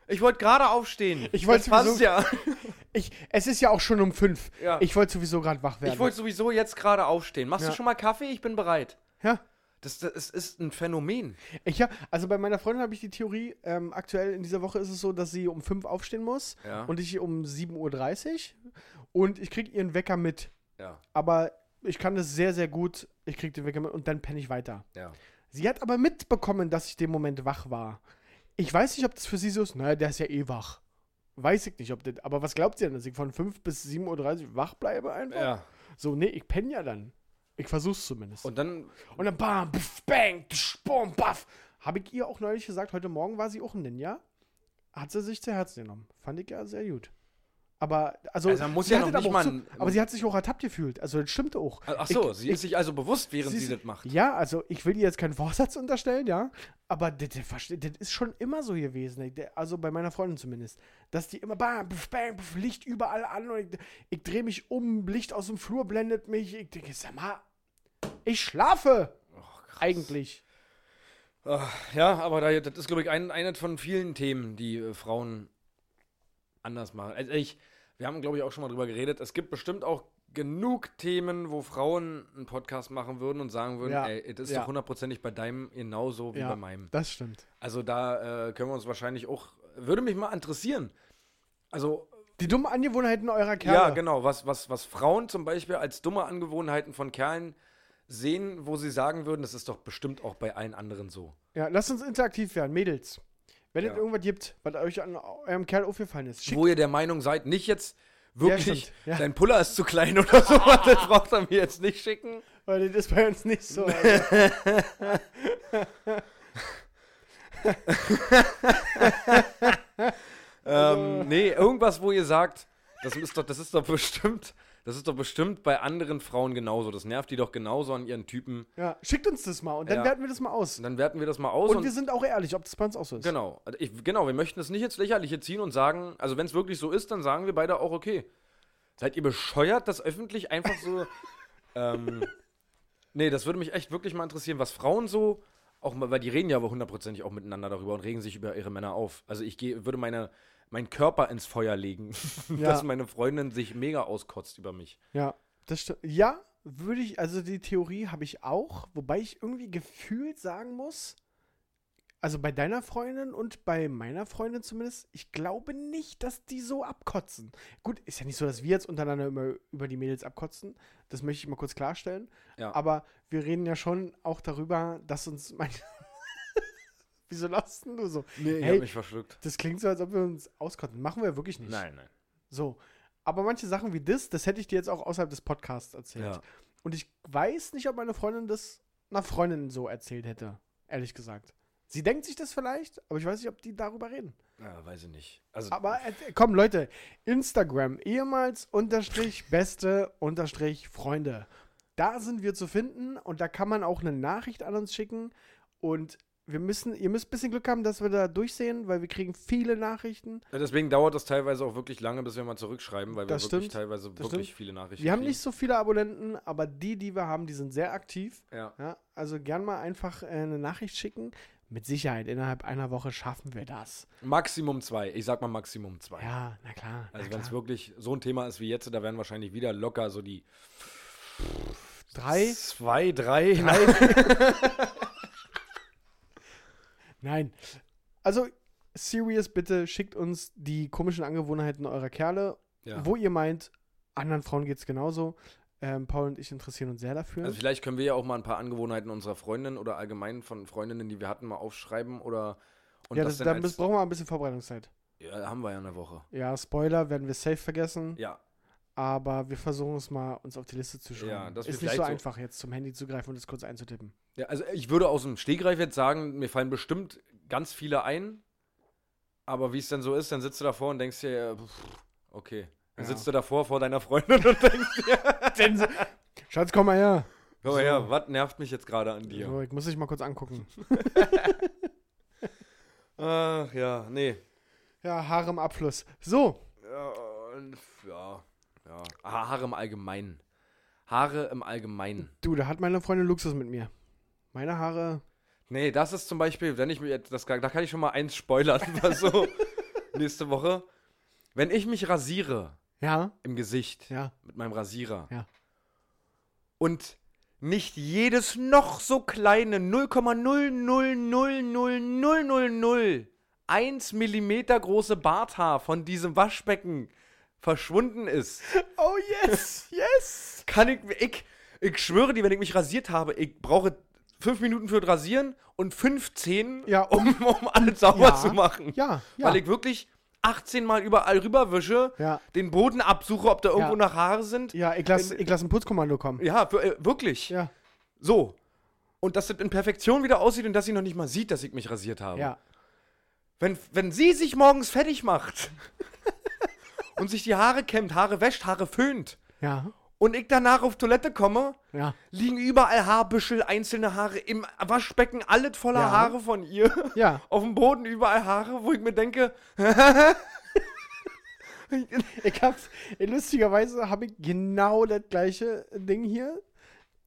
Speaker 2: Ich wollte gerade aufstehen.
Speaker 4: Ich wollte
Speaker 2: Das passt
Speaker 4: sowieso-
Speaker 2: ja.
Speaker 4: Ich, es ist ja auch schon um fünf.
Speaker 2: Ja.
Speaker 4: Ich wollte sowieso gerade wach werden.
Speaker 2: Ich wollte sowieso jetzt gerade aufstehen. Machst
Speaker 4: Ja.
Speaker 2: du schon mal Kaffee? Ich bin bereit.
Speaker 4: ja.
Speaker 2: Das, das ist- ist ein Phänomen.
Speaker 4: Ich hab, also bei meiner Freundin habe ich die Theorie, ähm, aktuell in dieser Woche ist es so, dass sie um 5 aufstehen muss
Speaker 2: Ja.
Speaker 4: und ich um 7.30 Uhr und ich kriege ihren Wecker mit.
Speaker 2: Ja,
Speaker 4: Aber ich kann das sehr, sehr gut. Ich kriege den Wecker mit und dann penne ich weiter.
Speaker 2: ja.
Speaker 4: Sie hat aber mitbekommen, dass ich den Moment wach war. Ich weiß nicht, ob das für sie so ist. Naja, der ist ja eh wach. Weiß ich nicht, ob das. Aber was glaubt sie denn, dass ich von 5 bis 7.30 Uhr wach bleibe einfach? So, nee, ich penne ja dann. Ich versuch's zumindest.
Speaker 2: Und dann,
Speaker 4: Und dann bam, puff, bang, tsch, bom, baff. Habe ich ihr auch neulich gesagt, heute Morgen war sie auch ein Ninja. Hat sie sich zu Herzen genommen. Fand ich ja sehr gut. Aber, also,
Speaker 2: Also man muss
Speaker 4: sie
Speaker 2: ja
Speaker 4: hatte
Speaker 2: noch
Speaker 4: da
Speaker 2: nicht
Speaker 4: auch
Speaker 2: mal
Speaker 4: zu-
Speaker 2: ein-
Speaker 4: aber sie hat sich auch ertappt gefühlt. Also, das stimmt auch.
Speaker 2: ach so,
Speaker 4: Ich-
Speaker 2: sie ist sich also bewusst, während
Speaker 4: sie
Speaker 2: sie,
Speaker 4: ist-
Speaker 2: das macht.
Speaker 4: Ja, also, ich will ihr jetzt keinen Vorsatz unterstellen, ja. Aber das, das, verste- das ist schon immer so gewesen. Ich- der- Also, bei meiner Freundin zumindest. Dass die immer bam, puff, bang, puff, Licht überall an. Und ich, ich drehe mich um, Licht aus dem Flur blendet mich. Ich denke, sag mal, ich schlafe.
Speaker 2: Oh,
Speaker 4: eigentlich.
Speaker 2: Ach, ja, aber da, das ist, glaube ich, ein, einer von vielen Themen, die äh, Frauen anders machen. Also ich, wir haben, glaube ich, auch schon mal drüber geredet. Es gibt bestimmt auch genug Themen, wo Frauen einen Podcast machen würden und sagen würden,
Speaker 4: Ja.
Speaker 2: ey, es ist
Speaker 4: Ja.
Speaker 2: doch hundertprozentig bei deinem genauso wie
Speaker 4: Ja.
Speaker 2: bei meinem.
Speaker 4: Das stimmt.
Speaker 2: Also da äh, können wir uns wahrscheinlich auch, würde mich mal interessieren. Also,
Speaker 4: Die dummen Angewohnheiten eurer
Speaker 2: ja,
Speaker 4: Kerle.
Speaker 2: genau, was, was, was Frauen zum Beispiel als dumme Angewohnheiten von Kerlen sehen, wo sie sagen würden, das ist doch bestimmt auch bei allen anderen so.
Speaker 4: Ja, lasst uns interaktiv werden, Mädels. Wenn es
Speaker 2: Ja.
Speaker 4: irgendwas gibt, was euch an eurem Kerl aufgefallen ist, schickt
Speaker 2: wo ihr der Meinung seid, nicht jetzt wirklich,
Speaker 4: stimmt, ja.
Speaker 2: dein Puller ist zu klein oder so, das braucht er mir jetzt nicht schicken.
Speaker 4: Weil das ist bei uns nicht so. Also. Also.
Speaker 2: Ähm, nee, irgendwas, wo ihr sagt, das ist doch, das ist doch bestimmt, das ist doch bestimmt bei anderen Frauen genauso. Das nervt die doch genauso an ihren Typen.
Speaker 4: ja, schickt uns das mal und dann
Speaker 2: Ja.
Speaker 4: werten wir das mal aus.
Speaker 2: Und dann werten wir das mal aus
Speaker 4: Und,
Speaker 2: und,
Speaker 4: wir sind auch ehrlich, ob das bei uns auch so ist.
Speaker 2: genau, Also ich, genau, wir möchten das nicht ins Lächerliche ziehen und sagen, also wenn es wirklich so ist, dann sagen wir beide auch okay. Seid ihr bescheuert, das öffentlich einfach so? ähm, nee, das würde mich echt wirklich mal interessieren, was Frauen so auch mal, weil die reden ja aber hundertprozentig auch miteinander darüber und regen sich über ihre Männer auf. Also ich gehe, würde meine meinen Körper ins Feuer legen,
Speaker 4: Ja.
Speaker 2: dass meine Freundin sich mega auskotzt über mich.
Speaker 4: Ja, das stimmt. Ja, würde ich, also die Theorie habe ich auch, wobei ich irgendwie gefühlt sagen muss, also bei deiner Freundin und bei meiner Freundin zumindest, ich glaube nicht, dass die so abkotzen. Gut, ist ja nicht so, dass wir jetzt untereinander immer über die Mädels abkotzen. Das möchte ich mal kurz klarstellen.
Speaker 2: Ja.
Speaker 4: Aber wir reden ja schon auch darüber, dass uns mein. Wieso lachst denn du so?
Speaker 2: Nee, ich
Speaker 4: Hey.
Speaker 2: hab mich verschluckt.
Speaker 4: Das klingt so, als ob wir uns auskotzen. Machen wir wirklich nicht.
Speaker 2: Nein, nein.
Speaker 4: So. Aber manche Sachen wie das, das hätte ich dir jetzt auch außerhalb des Podcasts erzählt.
Speaker 2: Ja.
Speaker 4: Und ich weiß nicht, ob meine Freundin das einer Freundin so erzählt hätte, ehrlich gesagt. Sie denkt sich das vielleicht, aber ich weiß nicht, ob die darüber reden.
Speaker 2: ja, weiß ich nicht. Also
Speaker 4: Aber äh, komm, Leute, Instagram, ehemals unterstrich beste unterstrich Freunde. Da sind wir zu finden und da kann man auch eine Nachricht an uns schicken. Und wir müssen, ihr müsst ein bisschen Glück haben, dass wir da durchsehen, weil wir kriegen viele Nachrichten.
Speaker 2: Deswegen dauert das teilweise auch wirklich lange, bis wir mal zurückschreiben, weil wir
Speaker 4: Das
Speaker 2: wirklich
Speaker 4: stimmt.
Speaker 2: teilweise
Speaker 4: Das
Speaker 2: wirklich
Speaker 4: stimmt.
Speaker 2: viele Nachrichten
Speaker 4: Wir haben
Speaker 2: kriegen.
Speaker 4: nicht so viele Abonnenten, aber die, die wir haben, die sind sehr aktiv.
Speaker 2: Ja.
Speaker 4: Ja, also gern mal einfach äh, eine Nachricht schicken. Mit Sicherheit, innerhalb einer Woche schaffen wir das.
Speaker 2: Maximum zwei. Ich sag mal Maximum zwei.
Speaker 4: Ja, na klar.
Speaker 2: also
Speaker 4: na
Speaker 2: wenn es
Speaker 4: klar.
Speaker 2: wirklich so ein Thema ist wie jetzt, da werden wahrscheinlich wieder locker so die
Speaker 4: Drei?
Speaker 2: zwei, drei.
Speaker 4: Nein. Also, serious, bitte schickt uns die komischen Angewohnheiten eurer Kerle,
Speaker 2: Ja.
Speaker 4: wo ihr meint, anderen Frauen geht's genauso. Ähm, Paul und ich interessieren uns sehr dafür.
Speaker 2: Also vielleicht können wir ja auch mal ein paar Angewohnheiten unserer Freundinnen oder allgemein von Freundinnen, die wir hatten, mal aufschreiben oder und
Speaker 4: ja,
Speaker 2: das,
Speaker 4: das, da
Speaker 2: dann
Speaker 4: müssen-
Speaker 2: als,
Speaker 4: brauchen wir ein bisschen Vorbereitungszeit.
Speaker 2: ja, haben wir ja in der Woche.
Speaker 4: Ja, Spoiler werden wir safe vergessen,
Speaker 2: Ja,
Speaker 4: aber wir versuchen es mal, uns auf die Liste zu schreiben.
Speaker 2: Ja, dass wir
Speaker 4: Ist nicht
Speaker 2: vielleicht so-
Speaker 4: so einfach, jetzt zum Handy zu greifen und es kurz einzutippen.
Speaker 2: Ja, also ich würde aus dem Stegreif jetzt sagen, mir fallen bestimmt ganz viele ein. Aber wie es dann so ist, dann sitzt du davor und denkst dir, ja, pff, okay. Dann
Speaker 4: Ja.
Speaker 2: sitzt du davor vor deiner Freundin und denkst dir,
Speaker 4: Schatz, komm mal her.
Speaker 2: hör mal her, was nervt mich jetzt gerade an dir?
Speaker 4: So, ich muss dich mal kurz angucken.
Speaker 2: Ach ja, nee.
Speaker 4: Ja, Haare im Abfluss. So,
Speaker 2: Ja, und- ja. ja. Ah, Haare im Allgemeinen. Haare im Allgemeinen.
Speaker 4: du, da hat meine Freundin Luxus mit mir. Meine Haare.
Speaker 2: Nee, das ist zum Beispiel, wenn ich mir jetzt, das, da kann ich schon mal eins spoilern, was so nächste Woche. Wenn ich mich rasiere
Speaker 4: Ja,
Speaker 2: im Gesicht,
Speaker 4: ja.
Speaker 2: mit meinem Rasierer.
Speaker 4: Ja.
Speaker 2: Und nicht jedes noch so kleine 0,000000001 Millimeter große Barthaar von diesem Waschbecken verschwunden ist,
Speaker 4: Oh yes, yes.
Speaker 2: kann ich, ich, ich schwöre dir, wenn ich mich rasiert habe, ich brauche fünf Minuten für das Rasieren und 15,
Speaker 4: Ja,
Speaker 2: um, um alles sauber
Speaker 4: Ja.
Speaker 2: zu machen.
Speaker 4: Ja, ja.
Speaker 2: Weil ich wirklich 18 Mal überall rüberwische,
Speaker 4: Ja.
Speaker 2: den Boden absuche, ob da irgendwo
Speaker 4: Ja.
Speaker 2: noch Haare sind.
Speaker 4: ja, ich lasse ich lass ein Putzkommando kommen.
Speaker 2: Ja, wir- äh, wirklich.
Speaker 4: Ja,
Speaker 2: So. Und dass das in Perfektion wieder aussieht und dass sie noch nicht mal sieht, dass ich mich rasiert habe.
Speaker 4: ja.
Speaker 2: Wenn, wenn sie sich morgens fertig macht und sich die Haare kämmt, Haare wäscht, Haare föhnt
Speaker 4: Ja,
Speaker 2: und ich danach auf Toilette komme,
Speaker 4: ja.
Speaker 2: liegen überall Haarbüschel, einzelne Haare im Waschbecken, alles voller
Speaker 4: Ja.
Speaker 2: Haare von ihr.
Speaker 4: Ja.
Speaker 2: Auf dem Boden überall Haare, wo ich mir denke,
Speaker 4: Ich hab's, ey, lustigerweise habe ich genau das gleiche Ding hier.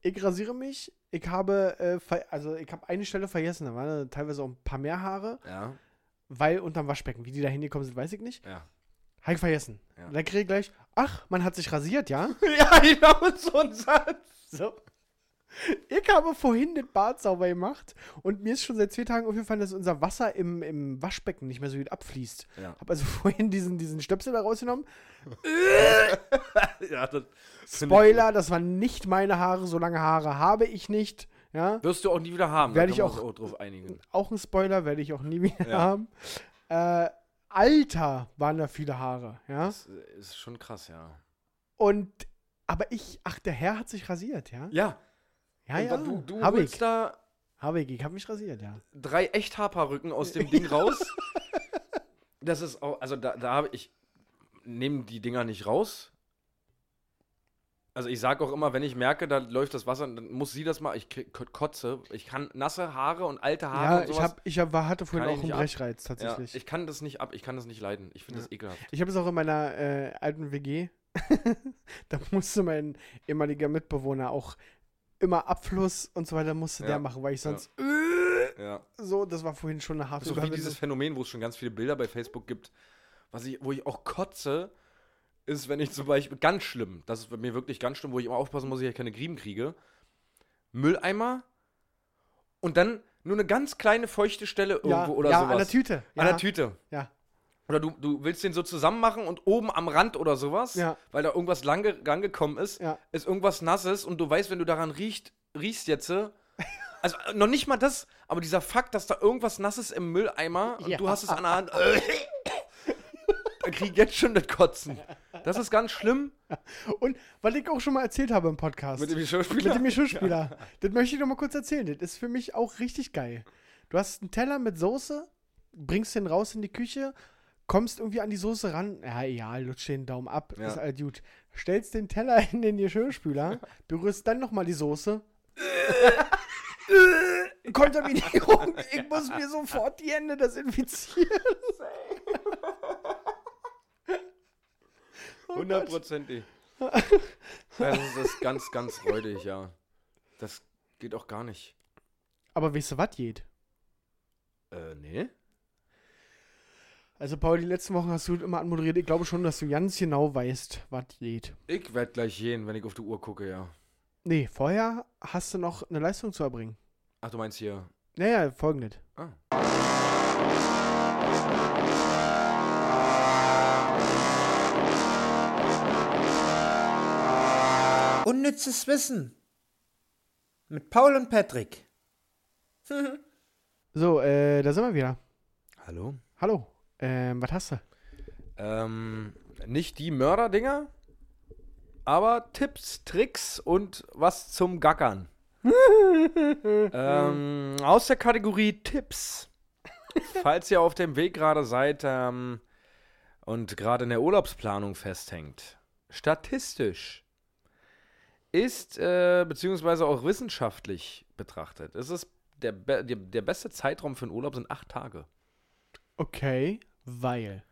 Speaker 4: Ich rasiere mich. Ich habe, äh, ver- also ich habe eine Stelle vergessen. Da waren teilweise auch ein paar mehr Haare,
Speaker 2: ja,
Speaker 4: weil unterm Waschbecken, wie die da hingekommen sind, weiß ich nicht.
Speaker 2: ja,
Speaker 4: Habe ich vergessen.
Speaker 2: Ja.
Speaker 4: Und Dann kriege ich gleich, Ach, man hat sich rasiert, ja?
Speaker 3: ja, genau so ein Satz.
Speaker 4: So. Ich habe vorhin den Bad sauber gemacht und mir ist schon seit zwei Tagen aufgefallen, dass unser Wasser im, im Waschbecken nicht mehr so gut abfließt.
Speaker 2: Ja.
Speaker 4: Habe also vorhin diesen, diesen Stöpsel da rausgenommen.
Speaker 2: ja, das find ich-
Speaker 4: Spoiler, das waren nicht meine Haare, so lange Haare habe ich nicht. Ja,
Speaker 2: Wirst du auch nie wieder haben. da
Speaker 4: Werd ich
Speaker 2: können wir
Speaker 4: auch-
Speaker 2: uns drauf einigen.
Speaker 4: auch ein Spoiler werde ich auch nie wieder
Speaker 2: Ja.
Speaker 4: haben. Äh, Alter, waren da viele Haare, ja.
Speaker 2: Das äh, ist schon krass, ja.
Speaker 4: Und aber ich, ach, der Herr hat sich rasiert, ja?
Speaker 2: Ah Ja,
Speaker 4: Ja, ja.
Speaker 2: du, du
Speaker 4: Habe
Speaker 2: holst
Speaker 4: ich.
Speaker 2: da
Speaker 4: Habe ich, ich habe mich rasiert, ja.
Speaker 2: drei Echthaarperücken aus dem Ding raus. Das ist auch, also da, da habe ich, nehme die Dinger nicht raus. Also ich sage auch immer, wenn ich merke, da läuft das Wasser, dann muss sie das mal, ich krieg, kotze, ich kann nasse Haare und alte Haare
Speaker 4: Ja,
Speaker 2: und
Speaker 4: ich,
Speaker 2: sowas.
Speaker 4: hab, ich hab, war- hatte vorhin
Speaker 2: Kann ich
Speaker 4: auch einen
Speaker 2: nicht ab.
Speaker 4: Brechreiz
Speaker 2: ja,
Speaker 4: tatsächlich.
Speaker 2: ich kann das nicht ab, ich kann das nicht leiden. Ich finde das ekelhaft.
Speaker 4: Ich habe es auch in meiner äh, alten WG. da musste mein ehemaliger Mitbewohner auch immer Abfluss und so weiter musste
Speaker 2: Ja,
Speaker 4: der machen, weil ich
Speaker 2: ja.
Speaker 4: sonst
Speaker 2: Ja.
Speaker 4: so, das war vorhin schon eine harte
Speaker 2: So wie
Speaker 4: Überwindung.
Speaker 2: dieses Phänomen, wo es schon ganz viele Bilder bei Facebook gibt, was ich, wo ich auch kotze, ist, wenn ich zum Beispiel, ganz schlimm, das ist bei mir wirklich ganz schlimm, wo ich immer aufpassen muss, dass ich keine Grieben kriege, Mülleimer und dann nur eine ganz kleine feuchte Stelle irgendwo
Speaker 4: ja,
Speaker 2: oder
Speaker 4: ja,
Speaker 2: sowas.
Speaker 4: an der Tüte. Ja,
Speaker 2: An der Tüte.
Speaker 4: Ja.
Speaker 2: Oder du, du willst den so zusammen machen und oben am Rand oder sowas,
Speaker 4: Ja.
Speaker 2: weil da irgendwas lang ge- lang gekommen ist,
Speaker 4: Ja.
Speaker 2: ist irgendwas Nasses und du weißt, wenn du daran riecht, riechst jetzt, äh, also äh, noch nicht mal das, aber dieser Fakt, dass da irgendwas Nasses im Mülleimer und
Speaker 4: Ja.
Speaker 2: du hast es an der Hand, äh, dann krieg ich jetzt schon das Kotzen. Das ist ganz schlimm
Speaker 4: Und weil ich auch schon mal erzählt habe im Podcast.
Speaker 2: mit dem Schauspieler.
Speaker 4: mit dem Geschirrspüler. Das möchte ich noch mal kurz erzählen. Das ist für mich auch richtig geil. Du hast einen Teller mit Soße, bringst den raus in die Küche, kommst irgendwie an die Soße ran. Ja, egal, lutsch den Daumen ab,
Speaker 2: Ja.
Speaker 4: ist all gut. Stellst den Teller in den Geschirrspüler, berührst dann noch mal die Soße. Äh, Kontaminierung, ich muss mir sofort die Hände desinfizieren.
Speaker 2: 100%ig. Ja, das ist das ist ganz, ganz räudig, ja. Das geht auch gar nicht.
Speaker 4: Aber weißt du, was geht?
Speaker 2: Äh, nee?
Speaker 4: Also, Paul, die letzten Wochen hast du immer anmoderiert. Ich glaube schon, dass du ganz genau weißt, was geht.
Speaker 2: Ich werd gleich gehen, wenn ich auf die Uhr gucke, ja.
Speaker 4: Nee, vorher hast du noch eine Leistung zu erbringen.
Speaker 2: Ach, du meinst hier.
Speaker 4: Naja, folgendes.
Speaker 2: Ah.
Speaker 3: Unnützes Wissen. Mit Paul und Patrick.
Speaker 4: So, äh, da sind wir wieder.
Speaker 2: Hallo?
Speaker 4: Hallo. Ähm, was hast du?
Speaker 2: Ähm, nicht die Mörderdinger, aber Tipps, Tricks und was zum Gackern. ähm, aus der Kategorie Tipps. Falls ihr auf dem Weg gerade seid ähm, und gerade in der Urlaubsplanung festhängt. Statistisch ist, äh, beziehungsweise auch wissenschaftlich betrachtet, ist es der, be der, der beste Zeitraum für einen Urlaub sind acht Tage.
Speaker 4: Okay, weil.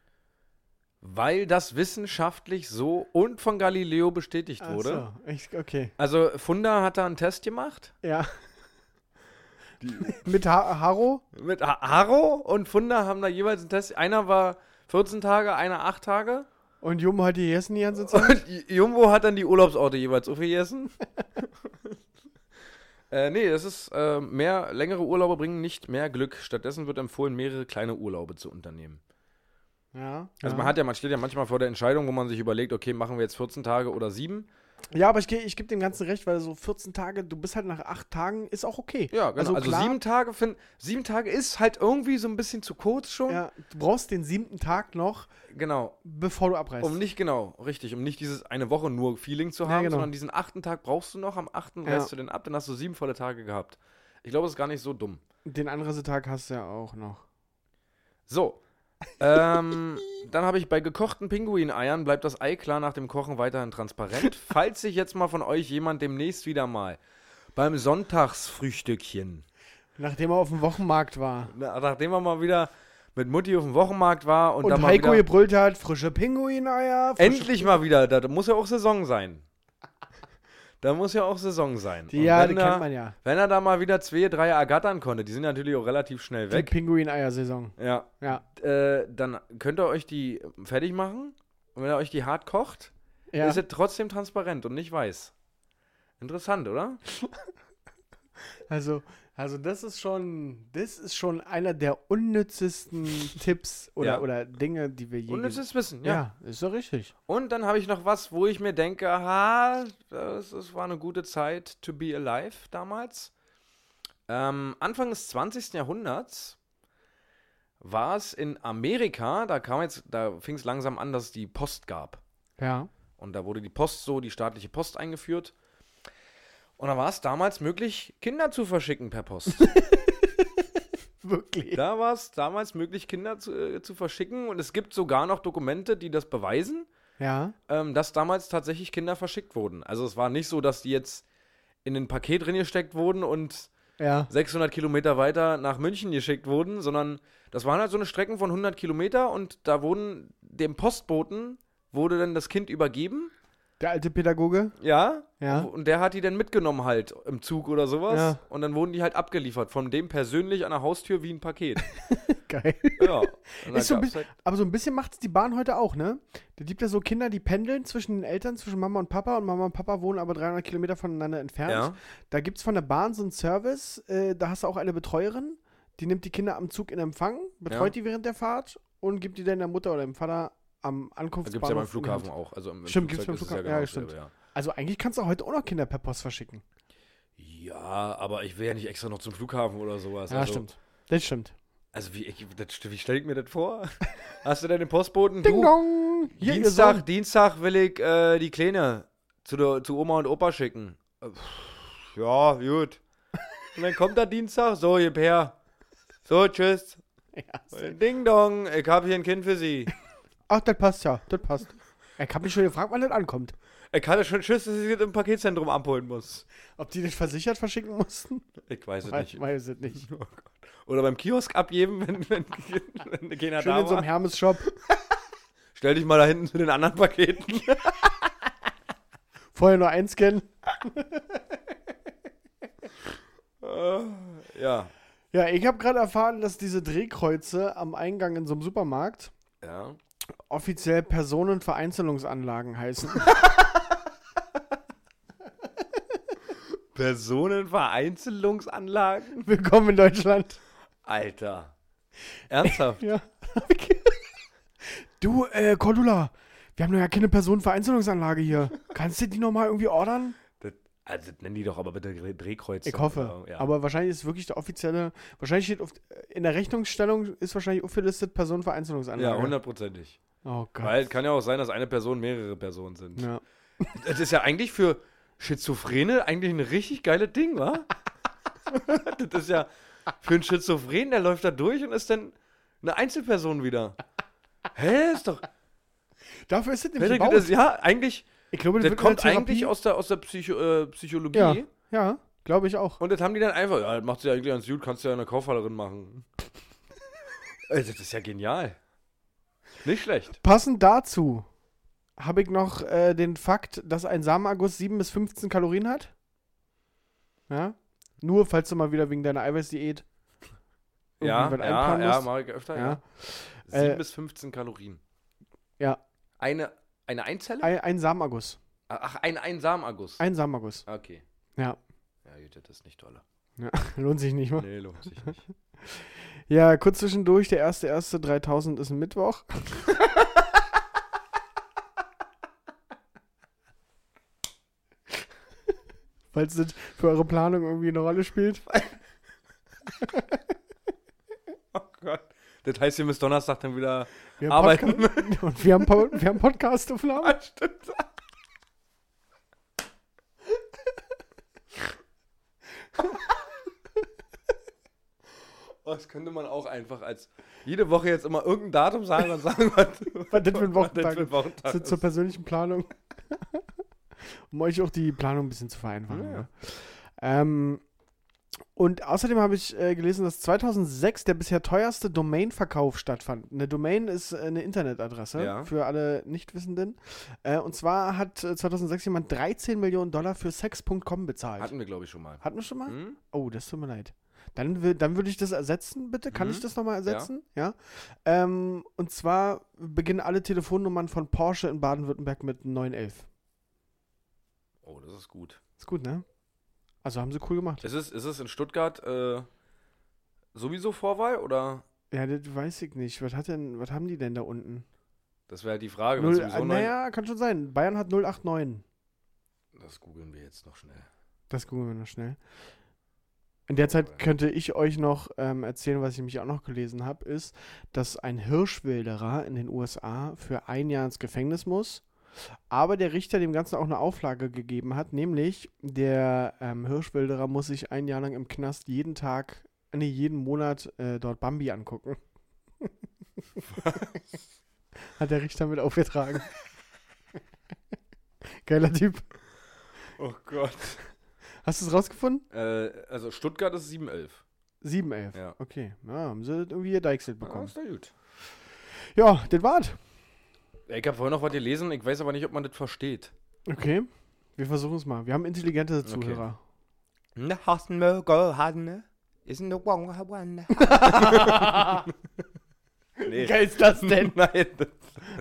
Speaker 2: Weil das wissenschaftlich so und von Galileo bestätigt
Speaker 4: Ach
Speaker 2: wurde.
Speaker 4: so, ich, okay.
Speaker 2: Also Funda hat da einen Test gemacht
Speaker 4: Ja. Mit ha Haro?
Speaker 2: mit Ha- Haro und Funda haben da jeweils einen Test. Einer war 14 Tage, einer 8 Tage.
Speaker 4: Und Jum hat die Hessen die ganze Zeit.
Speaker 2: Und J- Jumbo hat dann die Urlaubsorte jeweils aufgegessen. äh, nee, das ist äh, mehr längere Urlaube bringen nicht mehr Glück. Stattdessen wird empfohlen, mehrere kleine Urlaube zu unternehmen.
Speaker 4: Ja.
Speaker 2: Also
Speaker 4: ja.
Speaker 2: man hat ja, man steht ja manchmal vor der Entscheidung, wo man sich überlegt, okay, machen wir jetzt 14 Tage oder 7.
Speaker 4: ja, aber ich, geh- ich gebe dem Ganzen recht, weil so 14 Tage, du bist halt nach 8 Tagen, ist auch okay.
Speaker 2: Ja, genau. Also,
Speaker 4: klar,
Speaker 2: sieben Tage find, sieben Tage ist halt irgendwie so ein bisschen zu kurz schon.
Speaker 4: Ja, du brauchst den siebten Tag noch,
Speaker 2: Genau.
Speaker 4: bevor du abreist.
Speaker 2: Um nicht, genau, richtig, um nicht dieses eine Woche nur Feeling zu
Speaker 4: Ja,
Speaker 2: haben,
Speaker 4: genau.
Speaker 2: sondern diesen achten Tag brauchst du noch, am achten
Speaker 4: Ja.
Speaker 2: reißt du den ab, dann hast du sieben volle Tage gehabt. Ich glaube, das ist gar nicht so dumm.
Speaker 4: den Anreisetag hast du ja auch noch.
Speaker 2: So. ähm, dann habe ich bei gekochten Pinguineiern bleibt das Ei klar nach dem Kochen weiterhin transparent. Falls sich jetzt mal von euch jemand demnächst wieder mal beim Sonntagsfrühstückchen
Speaker 4: Nachdem er auf dem Wochenmarkt war.
Speaker 2: Na, Nachdem man mal wieder mit Mutti auf dem Wochenmarkt war und,
Speaker 4: Und,
Speaker 2: dann mal
Speaker 4: Heiko
Speaker 2: wieder,
Speaker 4: gebrüllt hat, frische Pinguineier. Frische
Speaker 2: endlich mal wieder, da muss ja auch Saison sein. Da muss ja auch Saison sein.
Speaker 4: Die, ja,
Speaker 2: wenn
Speaker 4: die
Speaker 2: er-
Speaker 4: kennt man ja.
Speaker 2: Wenn er da mal wieder zwei, drei ergattern konnte, die sind natürlich auch relativ schnell
Speaker 4: Die
Speaker 2: weg.
Speaker 4: Pinguineiersaison.
Speaker 2: Ja.
Speaker 4: Ja.
Speaker 2: Äh, dann könnt ihr euch die fertig machen. Und wenn ihr euch die hart kocht,
Speaker 4: Ja.
Speaker 2: ist es trotzdem transparent und nicht weiß. Interessant, oder?
Speaker 4: Also, also das ist schon, das ist schon einer der unnützesten Tipps oder,
Speaker 2: Ja.
Speaker 4: oder Dinge, die wir je.
Speaker 2: Unnützes Wissen, ja.
Speaker 4: ja. ja, ist doch richtig.
Speaker 2: Und dann habe ich noch was, wo ich mir denke, aha, das, das war eine gute Zeit to be alive damals. Ähm, Anfang des 20. Jahrhunderts war es in Amerika, da kam jetzt, da fing es langsam an, dass es die Post gab.
Speaker 4: Ja.
Speaker 2: Und da wurde die Post so, die staatliche Post eingeführt. Und da war es damals möglich, Kinder zu verschicken per Post.
Speaker 4: Wirklich.
Speaker 2: Da war es damals möglich, Kinder zu, äh, zu verschicken. Und es gibt sogar noch Dokumente, die das beweisen,
Speaker 4: Ja.
Speaker 2: ähm, dass damals tatsächlich Kinder verschickt wurden. Also es war nicht so, dass die jetzt in ein Paket drin gesteckt wurden und
Speaker 4: Ja.
Speaker 2: 600 Kilometer weiter nach München geschickt wurden, sondern das waren halt so eine Strecken von 100 Kilometer und da wurden dem Postboten wurde dann das Kind übergeben,
Speaker 4: Der alte Pädagoge.
Speaker 2: ja,
Speaker 4: Ja.
Speaker 2: und der hat die dann mitgenommen halt im Zug oder sowas
Speaker 4: Ja.
Speaker 2: und dann wurden die halt abgeliefert von dem persönlich an der Haustür wie ein Paket.
Speaker 4: Geil.
Speaker 2: ja. Und dann
Speaker 4: Ist so ein
Speaker 2: gab's
Speaker 4: bisschen,
Speaker 2: halt-
Speaker 4: aber so ein bisschen macht es die Bahn heute auch, ne? Da gibt ja so Kinder, die pendeln zwischen den Eltern, zwischen Mama und Papa und Mama und Papa wohnen aber 300 Kilometer voneinander entfernt.
Speaker 2: Ja.
Speaker 4: Da gibt es von der Bahn so einen Service, äh, da hast du auch eine Betreuerin, die nimmt die Kinder am Zug in Empfang, betreut die während der Fahrt und gibt die dann der Mutter oder dem Vater am
Speaker 2: Da gibt
Speaker 4: Ankunftsbahnhof.
Speaker 2: es ja beim
Speaker 4: in die Hand.
Speaker 2: Flughafen auch. Also im, im
Speaker 4: Stimmt, gibt's
Speaker 2: Flugzeug
Speaker 4: beim
Speaker 2: ist es
Speaker 4: Flughafen.
Speaker 2: Ja,
Speaker 4: Ja,
Speaker 2: genau
Speaker 4: stimmt.
Speaker 2: dasselbe, ja.
Speaker 4: Also eigentlich kannst du heute auch noch Kinder per Post verschicken.
Speaker 2: Ja, aber ich will ja nicht extra noch zum Flughafen oder sowas.
Speaker 4: Ja,
Speaker 2: also,
Speaker 4: stimmt. Das stimmt.
Speaker 2: Also wie, ich, das, wie stelle ich mir das vor? Hast du denn den Postboten?
Speaker 4: Ding
Speaker 2: du,
Speaker 4: dong! Hier, ihr
Speaker 2: Dienstag,
Speaker 4: Sohn.
Speaker 2: Dienstag will ich äh, die Kleine zu, der, zu Oma und Opa schicken. Äh, pff, Ja, gut. Und dann kommt der Dienstag, so, gib her. So, tschüss.
Speaker 4: Ja, so.
Speaker 2: Ding dong, ich habe hier ein Kind für Sie.
Speaker 4: Ach, das passt ja. Das passt. Ich hab mich schon gefragt, wann das ankommt.
Speaker 2: Ich hatte schon Schiss, dass ich das im Paketzentrum abholen muss.
Speaker 4: Ob die das versichert verschicken mussten?
Speaker 2: Ich weiß es
Speaker 4: Weiß,
Speaker 2: nicht.
Speaker 4: weiß es nicht.
Speaker 2: Oder beim Kiosk abgeben, wenn, wenn, wenn keiner
Speaker 4: Schön
Speaker 2: da
Speaker 4: in so
Speaker 2: war.
Speaker 4: einem Hermes-Shop.
Speaker 2: Stell dich mal da hinten zu den anderen Paketen.
Speaker 4: Vorher nur einscannen.
Speaker 2: ja.
Speaker 4: Ja, ich habe gerade erfahren, dass diese Drehkreuze am Eingang in so einem Supermarkt
Speaker 2: Ja.
Speaker 4: offiziell Personenvereinzelungsanlagen heißen.
Speaker 2: Personenvereinzelungsanlagen?
Speaker 4: Willkommen in Deutschland.
Speaker 2: Alter. Ernsthaft?
Speaker 4: Ja. Du, äh, Cordula, wir haben doch ja keine Personenvereinzelungsanlage hier. Kannst du die nochmal irgendwie ordern?
Speaker 2: das, also, das nennen die doch aber bitte Dreh- Drehkreuze.
Speaker 4: Ich hoffe.
Speaker 2: Ja.
Speaker 4: Aber wahrscheinlich ist wirklich der offizielle, wahrscheinlich steht auf, äh, in der Rechnungsstellung ist wahrscheinlich aufgelistet
Speaker 2: ja,
Speaker 4: Personenvereinzelungsanlage.
Speaker 2: hundertprozentig.
Speaker 4: Oh Gott.
Speaker 2: Weil es kann ja auch sein, dass eine Person mehrere Personen sind.
Speaker 4: ja.
Speaker 2: Das ist ja eigentlich für Schizophrene eigentlich ein richtig geiles Ding, wa? das ist ja für einen Schizophrenen, der läuft da durch und ist dann eine Einzelperson wieder. Hä, ist doch.
Speaker 4: Dafür ist es nämlich
Speaker 2: Patrick,
Speaker 4: gebaut.
Speaker 2: das, ja, eigentlich.
Speaker 4: ich glaube,
Speaker 2: Das
Speaker 4: wird in
Speaker 2: kommt
Speaker 4: der Therapie-
Speaker 2: eigentlich aus der, aus der Psycho, äh, Psychologie.
Speaker 4: Ja, ja glaube ich auch.
Speaker 2: Und das haben die dann einfach, ja, das macht sie ja eigentlich ganz gut, kannst du ja eine Kaufhallerin machen. Also, das ist ja genial. Nicht schlecht.
Speaker 4: Passend dazu habe ich noch äh, den Fakt, dass ein Samenerguss 7 bis 15 Kalorien hat. Ja. Nur, falls du mal wieder wegen deiner Eiweißdiät
Speaker 2: Ja,
Speaker 4: irgendwas
Speaker 2: ja,
Speaker 4: einplanen
Speaker 2: ja,
Speaker 4: musst.
Speaker 2: mache ich öfter, ja.
Speaker 4: ja.
Speaker 2: 7
Speaker 4: Äh,
Speaker 2: bis 15 Kalorien.
Speaker 4: ja.
Speaker 2: Eine, eine Einzelle?
Speaker 4: Ein, ein Samenerguss.
Speaker 2: Ach, ein, ein Samenerguss.
Speaker 4: Ein Samenerguss.
Speaker 2: okay.
Speaker 4: Ja.
Speaker 2: Ja, gut, das ist nicht toll.
Speaker 4: ja. Lohnt sich nicht mal.
Speaker 2: Nee, lohnt sich nicht.
Speaker 4: Ja, kurz zwischendurch, der 1.1.3000 ist ein Mittwoch. Falls das für eure Planung irgendwie eine Rolle spielt.
Speaker 2: Oh Gott. Das heißt, ihr müsst Donnerstag dann wieder
Speaker 4: Wir haben
Speaker 2: arbeiten.
Speaker 4: Podca- Und wir haben, Po- wir haben Podcast-Aufnahmen.
Speaker 2: Ah, Stimmt. Oh, das könnte man auch einfach als jede Woche jetzt immer irgendein Datum sagen und sagen, was,
Speaker 4: Was das für ein
Speaker 2: was
Speaker 4: Wochentag
Speaker 2: für ein Wochentag
Speaker 4: Zu,
Speaker 2: ist.
Speaker 4: zur persönlichen Planung. um euch auch die Planung ein bisschen zu vereinfachen.
Speaker 2: Ja.
Speaker 4: Ne? Ähm, und außerdem habe ich äh, gelesen, dass 2006 der bisher teuerste Domain-Verkauf stattfand. Eine Domain ist äh, eine Internetadresse
Speaker 2: Ja.
Speaker 4: für alle Nichtwissenden. Äh, und zwar hat äh, 2006 jemand 13 Millionen Dollar für sex.com bezahlt.
Speaker 2: Hatten wir, glaube ich, schon mal.
Speaker 4: Hatten wir schon mal?
Speaker 2: Hm?
Speaker 4: Oh, das tut mir leid. Dann, wür- dann würde ich das ersetzen, bitte. Kann
Speaker 2: Mhm.
Speaker 4: ich das nochmal ersetzen? Ja. Ähm, und zwar beginnen alle Telefonnummern von Porsche in Baden-Württemberg mit 911.
Speaker 2: Oh, das ist gut.
Speaker 4: Ist gut, ne? Also haben sie cool gemacht.
Speaker 2: Ist es, ist es in Stuttgart äh, sowieso Vorwahl oder?
Speaker 4: Ja, das weiß ich nicht. Was, hat denn, was haben die denn da unten?
Speaker 2: Das wäre halt die Frage. wenn
Speaker 4: Null,
Speaker 2: sowieso
Speaker 4: äh,
Speaker 2: neun-
Speaker 4: naja, kann schon sein. Bayern hat 089.
Speaker 2: Das googeln wir jetzt noch schnell.
Speaker 4: Das googeln wir noch schnell. In der Zeit könnte ich euch noch ähm, erzählen, was ich mich auch noch gelesen habe, ist, dass ein Hirschwilderer in den USA für ein Jahr ins Gefängnis muss, aber der Richter dem Ganzen auch eine Auflage gegeben hat, nämlich der ähm, Hirschwilderer muss sich ein Jahr lang im Knast jeden Tag, nee, jeden Monat äh, dort Bambi angucken. hat der Richter mit aufgetragen. Geiler Typ.
Speaker 2: Oh Gott.
Speaker 4: Hast du es rausgefunden?
Speaker 2: Äh, also Stuttgart ist 711.
Speaker 4: 711.
Speaker 2: Ja.
Speaker 4: Okay, na, haben sie das irgendwie gedeichselt
Speaker 2: Ah,
Speaker 4: bekommen.
Speaker 2: ist der gut.
Speaker 4: Ja, das war's.
Speaker 2: Ich habe vorhin noch was gelesen, ich weiß aber nicht, ob man das versteht.
Speaker 4: Okay, wir versuchen es mal. Wir haben intelligente Zuhörer.
Speaker 2: Ne, hassen wir, go, hassen ne, Ist no one, one. nee. Geil ist das denn? Nein.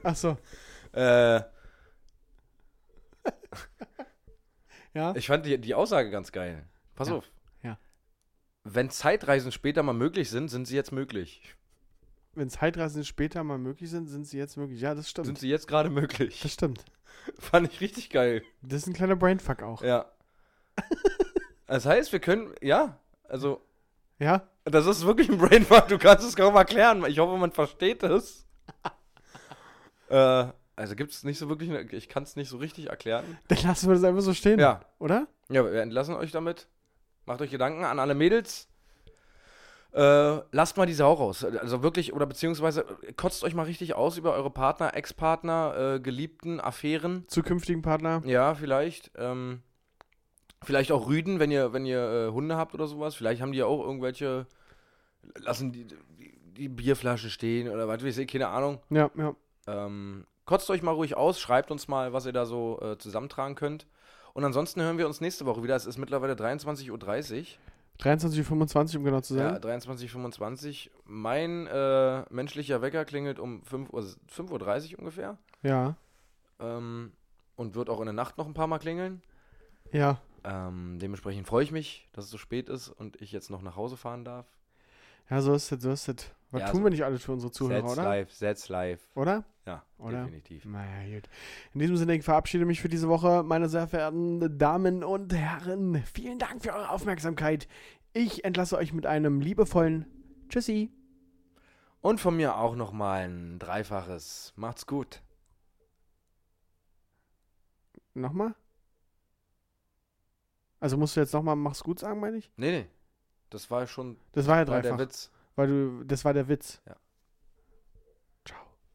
Speaker 4: Achso,
Speaker 2: Äh,
Speaker 4: ja.
Speaker 2: ich fand die, die Aussage ganz geil. Pass
Speaker 4: Ja.
Speaker 2: auf.
Speaker 4: Ja.
Speaker 2: Wenn Zeitreisen später mal möglich sind, sind sie jetzt möglich.
Speaker 4: Wenn Zeitreisen später mal möglich sind, sind sie jetzt möglich. Ja, das stimmt.
Speaker 2: Sind sie jetzt gerade
Speaker 4: das
Speaker 2: möglich?
Speaker 4: stimmt.
Speaker 2: Fand ich richtig geil.
Speaker 4: Das ist ein kleiner Brainfuck auch. Ja.
Speaker 2: Ja. Das heißt, wir können, ja, also, das ist wirklich ein Brainfuck, du kannst es kaum erklären. Ich hoffe, man versteht es. äh, also gibt es nicht so wirklich, eine, ich kann es nicht so richtig erklären.
Speaker 4: Dann lassen wir das einfach so stehen.
Speaker 2: Ja,
Speaker 4: Oder?
Speaker 2: ja, wir entlassen euch damit. Macht euch Gedanken an alle Mädels. Äh, lasst mal die Sau raus. Also wirklich, oder beziehungsweise kotzt euch mal richtig aus über eure Partner, Ex-Partner, äh, Geliebten, Affären.
Speaker 4: Zukünftigen Partner.
Speaker 2: Ja, vielleicht. Ähm, vielleicht auch Rüden, wenn ihr, wenn ihr äh, Hunde habt oder sowas. Vielleicht haben die ja auch irgendwelche, lassen die, die, die Bierflaschen stehen oder was weiß ich, keine Ahnung.
Speaker 4: Ja, ja.
Speaker 2: Ähm, kotzt euch mal ruhig aus, schreibt uns mal, was ihr da so äh, zusammentragen könnt. Und ansonsten hören wir uns nächste Woche wieder. Es ist mittlerweile 23.30
Speaker 4: 23,25 um genau zu
Speaker 2: Uhr. Ja,
Speaker 4: sein.
Speaker 2: 23.25 Uhr. Mein äh, menschlicher Wecker klingelt um 5.30 Uhr, 5.30 Uhr ungefähr.
Speaker 4: Ja.
Speaker 2: Ähm, und wird auch in der Nacht noch ein paar Mal klingeln.
Speaker 4: Ja.
Speaker 2: Ähm, dementsprechend freue ich mich, dass es so spät ist und ich jetzt noch nach Hause fahren darf.
Speaker 4: Ja, so ist das, so ist das. Was
Speaker 2: Ja,
Speaker 4: tun
Speaker 2: so-
Speaker 4: wir nicht alles für unsere Zuhörer,
Speaker 2: Setz
Speaker 4: oder?
Speaker 2: live, setz live.
Speaker 4: Oder?
Speaker 2: Ja,
Speaker 4: Oder?
Speaker 2: definitiv.
Speaker 4: Naja, gut. In diesem Sinne, ich verabschiede mich für diese Woche, meine sehr verehrten Damen und Herren. Vielen Dank für eure Aufmerksamkeit. Ich entlasse euch mit einem liebevollen Tschüssi.
Speaker 2: Und von mir auch nochmal ein dreifaches. Macht's gut.
Speaker 4: Nochmal? Also musst du jetzt nochmal Mach's gut sagen, meine ich?
Speaker 2: Nee, nee. Das war schon
Speaker 4: Das war ja
Speaker 2: war der
Speaker 4: dreifach.
Speaker 2: Witz.
Speaker 4: Weil du, das war der Witz.
Speaker 2: Ja.